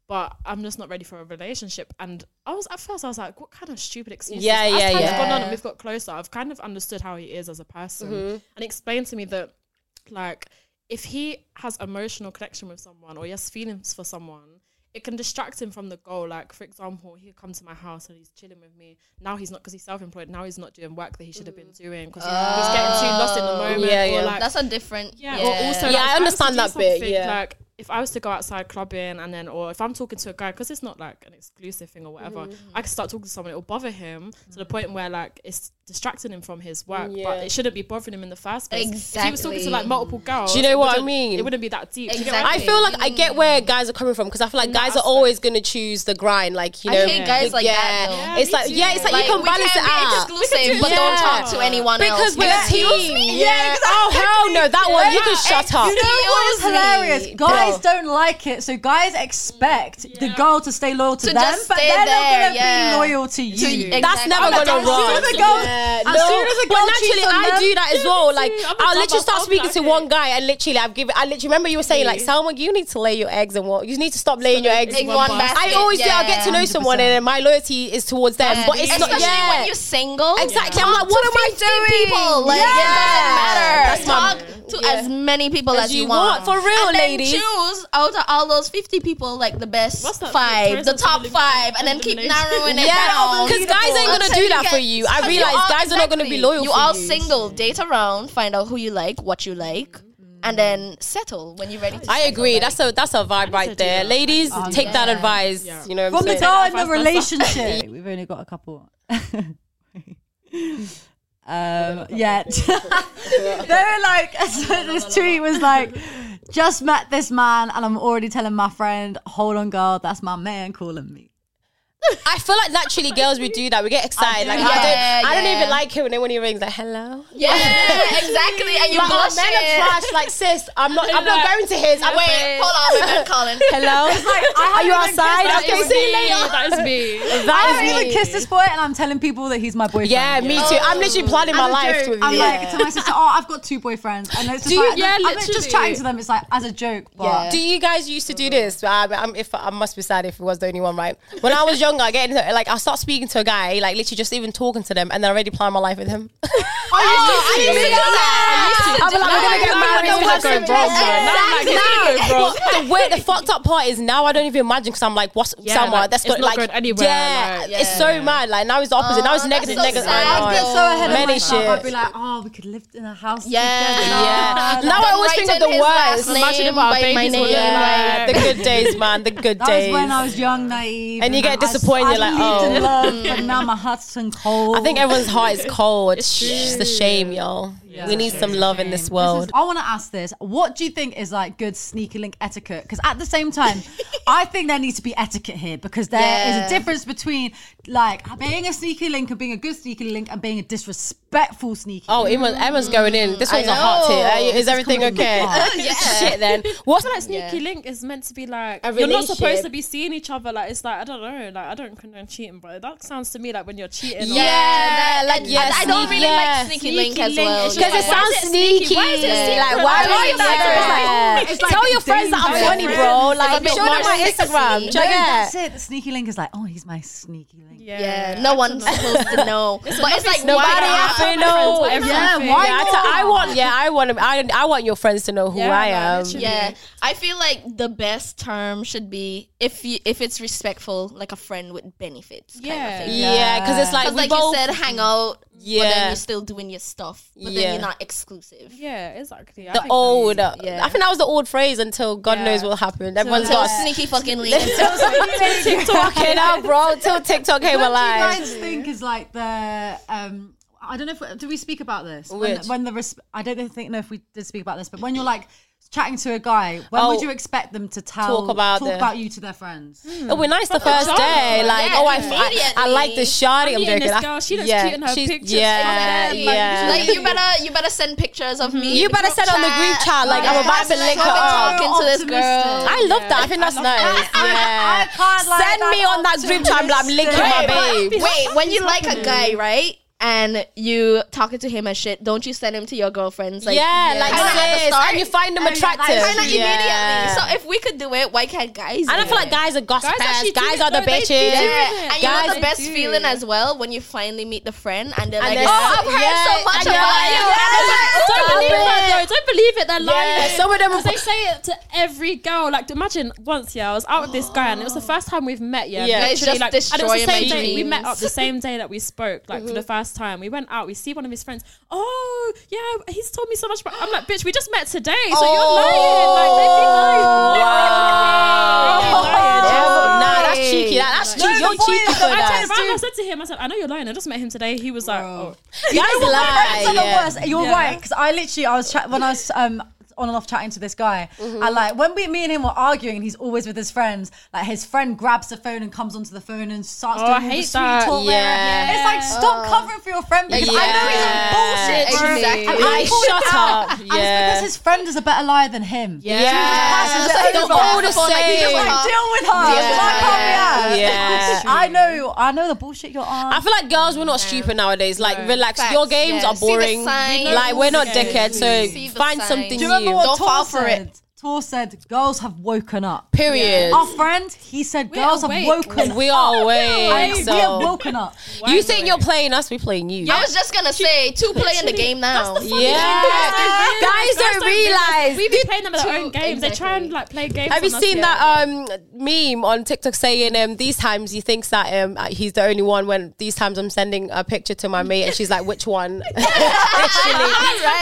But I'm just not ready for a relationship. And I was at first, I was like, "What kind of stupid excuse?" Yeah, As yeah, time's yeah. gone on and we've got closer, I've kind of understood how he is as a person, Mm-hmm. and he explained to me that like if he has emotional connection with someone or he has feelings for someone it can distract him from the goal like for example he'll come to my house and he's chilling with me now he's not because he's self-employed now he's not doing work that he should have been doing because he's getting too lost in the moment Mm. Oh, Yeah, or yeah. like That's a different. yeah, or also Yeah, like, I if was understand to do that bit, something, yeah. like if I was to go outside clubbing and then, or if I'm talking to a guy, because it's not like an exclusive thing or whatever, Mm. I could start talking to someone. It will bother him to the point where like it's distracting him from his work, Yeah. but it shouldn't be bothering him in the first place. If he was talking to like Exactly. multiple girls, Do you know it what I wouldn't- mean? It wouldn't be that deep. Do you get what Exactly. I feel like I get where guys are coming from because I feel like that guys are aspect. always gonna choose the grind, like you I know. hate guys like yeah. that, though. Yeah, it's me like too. yeah, it's like, Like, you can we balance can it be out. exclusive, but don't Yeah. talk to anyone else. Because we're a Excuse team. me? Yeah. Oh hell no, that one you can shut up. You know what is Excuse me, hilarious? bro. Guys don't like it, so guys expect the girl to stay loyal to, To them, just but stay they're there, not gonna yeah. be loyal to you. To- exactly. That's never I'm a dumb gonna work. As soon as a girl- as soon as a girl but naturally, cheats on I them- do that as well. Like, I'm a I'll dumb literally start bum, speaking to like one it. guy, and literally, I've given. I literally remember you were saying like, Yeah. Selma, you need to lay your eggs and what you need to stop laying your eggs. In one one basket. basket. I always do. I yeah. get to know someone, and 100%. then my loyalty is towards them. Yeah, but it's especially not. Yeah. when you're single. Exactly. I'm like, what am I doing? people. Like, yeah. it doesn't matter. That's my- Talk to yeah. as many people as, you you want. want. For real, and then ladies. choose out of all those 50 people, like the best What's that? five, the Tourism top elimination. five, and then keep Elimination. narrowing it Yeah, down. because guys ain't gonna Until do that get- for you. I until realize all- guys are not gonna be exactly. loyal. You for all you. single, date around, find out who you like, what you like, and then settle when you're ready to I agree. That's a that's a vibe right there, that. ladies. Take that yeah. advice. Yeah. You know, what I'm From the saying? girl in the Vice versa. relationship. We've only got a couple. Um, yeah. they were like, this tweet was like, just met this man and I'm already telling my friend, hold on, girl, that's my man calling me. I feel like naturally girls we do that. We get excited. Like I Yeah, don't, I don't yeah. even like him. And then when he rings, like hello. Yeah, exactly. And you Like, oh, blush men it. are trash. Like sis, I'm not. I'm not going to his. I'm Wait, wait. hold on, my man calling. Hello. Are you outside? Okay, That is see you me. later. That is me. I That haven't is even me. kissed this boy and I'm telling people that he's my boyfriend. Yeah, me too. I'm Oh. literally planning my As a life joke, with you. I'm like to my sister, oh, I've got two boyfriends, and it's just Do you- like, yeah, I'm like, just literally. chatting to them. It's like as a joke, but Yeah. Do you guys used to do this? Um, I'm, if I must be sad if it was the only one, right? When I was younger, I get into, like I start speaking to a guy, like literally just even talking to them, and then I already plan my life with him. Oh, I used to do that. I'm like, we're gonna get married. Now We're I'm gonna go gonna broke, bro. get Now I'm married. like, it's gonna go broke. The way the fucked up part is now I don't even imagine because I'm like, what's Yeah, somewhere like, that's it's got, not like going anywhere, Yeah, like, yeah. it's so mad. Like now it's the opposite. now it's Oh, negative, that's so negative. sad. Oh, I get so ahead of Many myself. shit. I'd be like, oh, we could live in a house. Yeah. together. Yeah. Like, Now I always think of the worst. Imagine if our babies were Yeah, the good days, man. The good That days. was when I was young, naive, And you get I- disappointed, I you're like, lived in oh. love, but now my heart's and cold. I think everyone's heart is cold. It's, just a shame, y'all. we need some love in this world. I want to ask this. What do you think is like good sneaky link etiquette? Because at the same time, I think there needs to be etiquette here because there is Yeah. a difference between like being a sneaky link and being a good sneaky link and being a disrespectful sneaky. Oh, Emma, Emma's going in. This one's a know. hot tip. Is everything coming okay? apart. Shit, then. What's like sneaky Yeah. link is meant to be like A you're not relationship. supposed to be seeing each other. Like it's like I don't know. Like I don't condone cheating, but that sounds to me like when you're cheating. or- Yeah, that- like, yeah, I don't really yeah. like sneaky, link as well. It's Because like, it why sounds is it sneaky. Why is it Like, secret? why Like, are you why is it secret? secret? It's Tell like your friends that I'm dangerous. funny, bro. Like, It's a bit show them more my sexy. Instagram. No, Check it. that's it. The sneaky link is like, oh, he's my sneaky link. Yeah, Yeah, no one's supposed to know. but it's like Nobody why has not? to know. friends, yeah Everything. why Yeah, I not? t- I want. Yeah, I want. I, I want your friends to know who Yeah, I like, am. literally. Yeah, I feel like the best term should be if you if it's respectful, like a friend with benefits. kind of Yeah. thing. Yeah, because it's like Because we like both. you said, hang out. but then Yeah. you're still doing your stuff, but Yeah. then you're not exclusive. Yeah, exactly. I The think old, that Yeah. I think that was the old phrase until God Yeah. knows what happened. Everyone's Till got sneaky fucking leave. TikTok it out, bro. Till TikTok came What alive. do you guys think is like the um I don't know if do we speak about this when, Which? when the res- I don't think know if we did speak about this, but when you're like chatting to a guy, when Oh. would you expect them to tell Talk about the- you to their friends? Oh, we're nice the first day. Like, Yeah, oh, I, I, I like this shoddy. I'm, I'm joking. meeting I- this girl. She looks cute in her she's- pictures. Yeah, Like, yeah. Like you better, you better send pictures of me. You better send on the group chat. Like, I'm about to link her I've been up. up. talking to this Optimistic. girl. I love that. I think that's nice. I Yeah. can't like Send that me on that group chat. I'm like, I'm linking my optimistic. babe. Wait, when you like a guy, right? And you talking to him and shit, don't you send him to your girlfriends? Like, yeah, like Kinda at the sis, start. and you find them Oh, yeah, that's attractive. true. Kinda Yeah. immediately. So if we could do it, why can't guys? and I do feel it? like guys are gossip Guys guys. actually do Guys it, are the though. They do bitches. it. Yeah, and you know Guys- the best do. feeling as well when you finally meet the friend and they're And like, they're- "Oh, I've heard Yeah, so much and about you're like, you." "Oh, And I'm like, that's "Ooh, Stop Don't believe it. it though. Don't believe it. They're lying. Yeah, some of them. Are, They say it to every girl. Like, imagine once, yeah, I was out with this guy, and it was the first time we've met. Yeah, Yeah. literally, It's just like, and it was the destroying same my day. We met dreams. up the same day that we spoke, like for Mhm. the first time. We went out. We see one of his friends. Oh, yeah, he's told me so much. About, I'm like, bitch, we just met today, so you're lying. Like, Oh. they'd be lying. They'd be lying. Oh, nah, that's cheeky. That- that's cheeky. You're the point cheeky is- for I I turned that. around. I said to him, I said, I know you're lying. I just met him today. He was like, oh. Guys Friends lie. are the yeah. worst. You're right because I literally I was chat- when I was um on and off chatting to this guy. Mm-hmm. And like when we, me and him were arguing, and he's always with his friends. Like his friend grabs the phone and comes onto the phone and starts Oh, doing I all the hate sweet that. talk. there. Yeah. Oh. It's like stop covering for your friend because I know he's on bullshit. bro. Exactly. And I Like, called shut it out. up. And it's because Yeah. his friend is a better liar than him. Yeah. passes it They're over. all the Like, you just same. like Like, deal with her. Yeah. because I can't be her. Yeah. I know. I know the bullshit you're on. I feel like girls we're not stupid nowadays. Like relax, Facts, your games yeah. are See the boring. signs. like we're not See the dickheads, See so the find signs. something Do Do you you remember new. what Don't Tor fall for said? Tor said girls have woken up. Period. Our friend, he said girls have awake. woken We up. are And awake. we have So woken up. you think you're playing us, we playing you. I was just gonna say, two playing the game now. Yeah, guys Guys don't realize. We be playing them their Two- own games. They try and like play games. Have you on us, seen yeah. that um meme on TikTok saying um these times he thinks that um uh, he's the only one when these times I'm sending a picture to my mate and she's like which one literally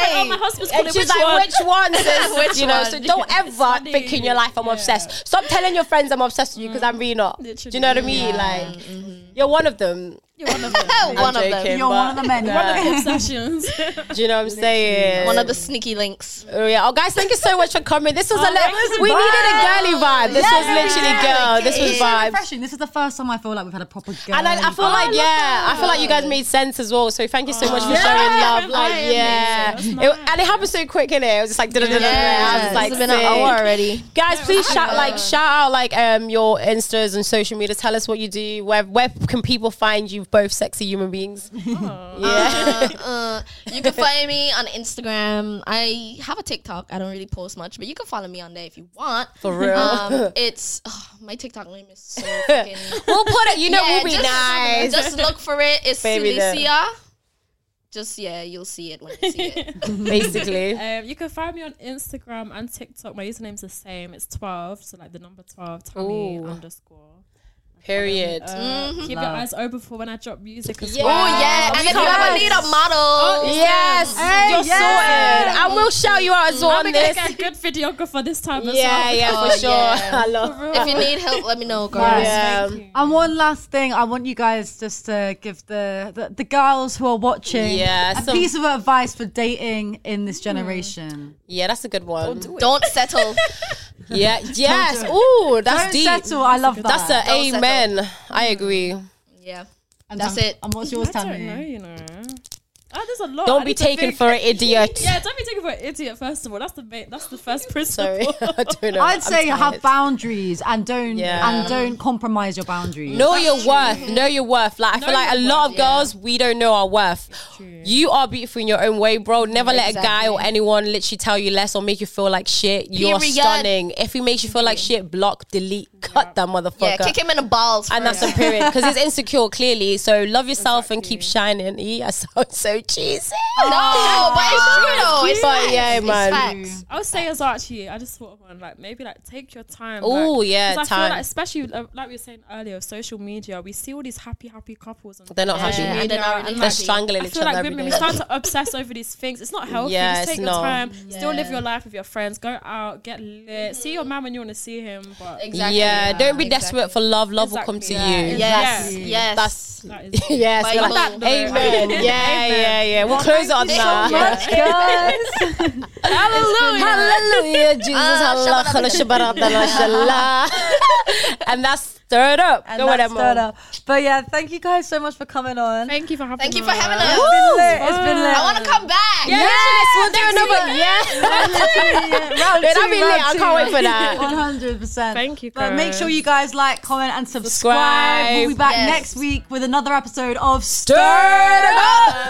Oh, my husband's and calling she's which like one? which one sis? Which you know one? so don't ever think in your life I'm obsessed stop telling your friends I'm obsessed with you because I'm really not do you know what I mean like you're one of them You're one of them. one of them. joking. You're one of the men. One of the obsessions. do you know what I'm saying One of the sneaky links. Oh yeah. Oh guys, thank you so much for coming. This was a thank little, you. we Bye. needed a girly vibe. This was literally girl. This was It's so vibe. refreshing. This is the first time I feel like we've had a proper girl. And I, I feel like Oh yeah, I feel like you guys made sense as well. So thank you so much Oh. for showing love. Like yeah, It- and it happened so quick in it. It was just like da-da-da-da-da. I was Yeah, just like it's been an sick. hour already. Guys, please shout like shout out like um your instas and social media. Tell us what you do. Where where can people find you? Both sexy human beings. Yeah. Uh, uh, you can find me on Instagram. I have a TikTok. I don't really post much, but you can follow me on there if you want. For real. Um, it's oh, my TikTok name is so fucking. we'll put it. You know, we'll be just, nice. Just look for it. It's Baby, the- Celicia. Just yeah, you'll see it when you see it. basically. Um, you can find me on Instagram and TikTok. My username's the same. It's 12, so like the number 12, Tammy Ooh. Mm-hmm. underscore. Period. Uh, Keep your eyes open for when I drop music as Yeah. Oh well. yeah, and if you ever need a model, Oh, Yes, you're yes. sorted. I will shout you out as well on I'm going to this. get a good videographer this time as Yeah, well. yeah, for Oh, sure. yeah. I love. if you need help, let me know, girl. Yes. Yeah. And one last thing, I want you guys just to give the the, the girls who are watching Yeah, a some- piece of advice for dating in this generation. yeah, that's a good one. Don't settle. Yeah, yes. Ooh, that's Don't deep. settle. I love that. That's a Don't settle. amen. I agree. yeah. And that's Tam- it. And what's yours, I don't know, Tammy? you know. Oh, there's a lot. Don't I be need to taken think. for an idiot. Yeah, don't be taken for an idiot. First of all, that's the ba- that's the first Sorry, principle. I don't know. I'm I'd say tired. have boundaries and don't Yeah. and don't compromise your boundaries. Know your worth. Know your worth. Like I feel like a lot of girls, we don't know our worth. You are beautiful in your own way, bro. Never let a guy or anyone literally tell you less or make you feel like shit. You are Period. stunning. If he makes you feel like shit, block, delete, cut that Yeah, motherfucker. kick him in the balls. and that's first. a period because he's insecure clearly. So love yourself and keep shining. E, I sound so cheeky. cheesy. Oh, No, but it's true though. It's But facts. yeah, it's man. facts. I would say Azachi. I just thought of one like maybe like take your time. Ooh, like- yeah, 'cause I time. feel like especially uh, like we were saying earlier, with social media. We see all these happy, happy couples. On They're not social happy. Yeah, media they're not really and, They're like, happy. strangling I each feel other like every women, day. we start to obsess over these things. It's not healthy. Yeah, just it's take your not. time. Still live Yeah. your life with your friends. Go out, get lit. See your man when you want to see him. But Exactly. yeah, don't be Exactly. desperate for love. Love will come to Exactly. you. Yeah. Yes, Yeah. yes. That's that is yes. By we're like, God. Amen. Yeah, yeah, yeah. We'll close it on you so that. much, Hallelujah. Hallelujah. Jesus. Allah. Khala shabara abdallah, shallah. And that's stirred up. And Go with that's that, that Mo. up. But yeah, thank you guys so much for coming on. Thank you for having. Thank you us. for having us. It's been lit. It's been lit. I want to come back. Yes, we'll do another. Yeah. round Dude, two, I'll be round lit. I two. can't wait for that. One hundred percent. Thank you, But make guys. sure you guys like, comment, and subscribe. We'll be Subscribe. back Yes. next week with another episode of Stirred up.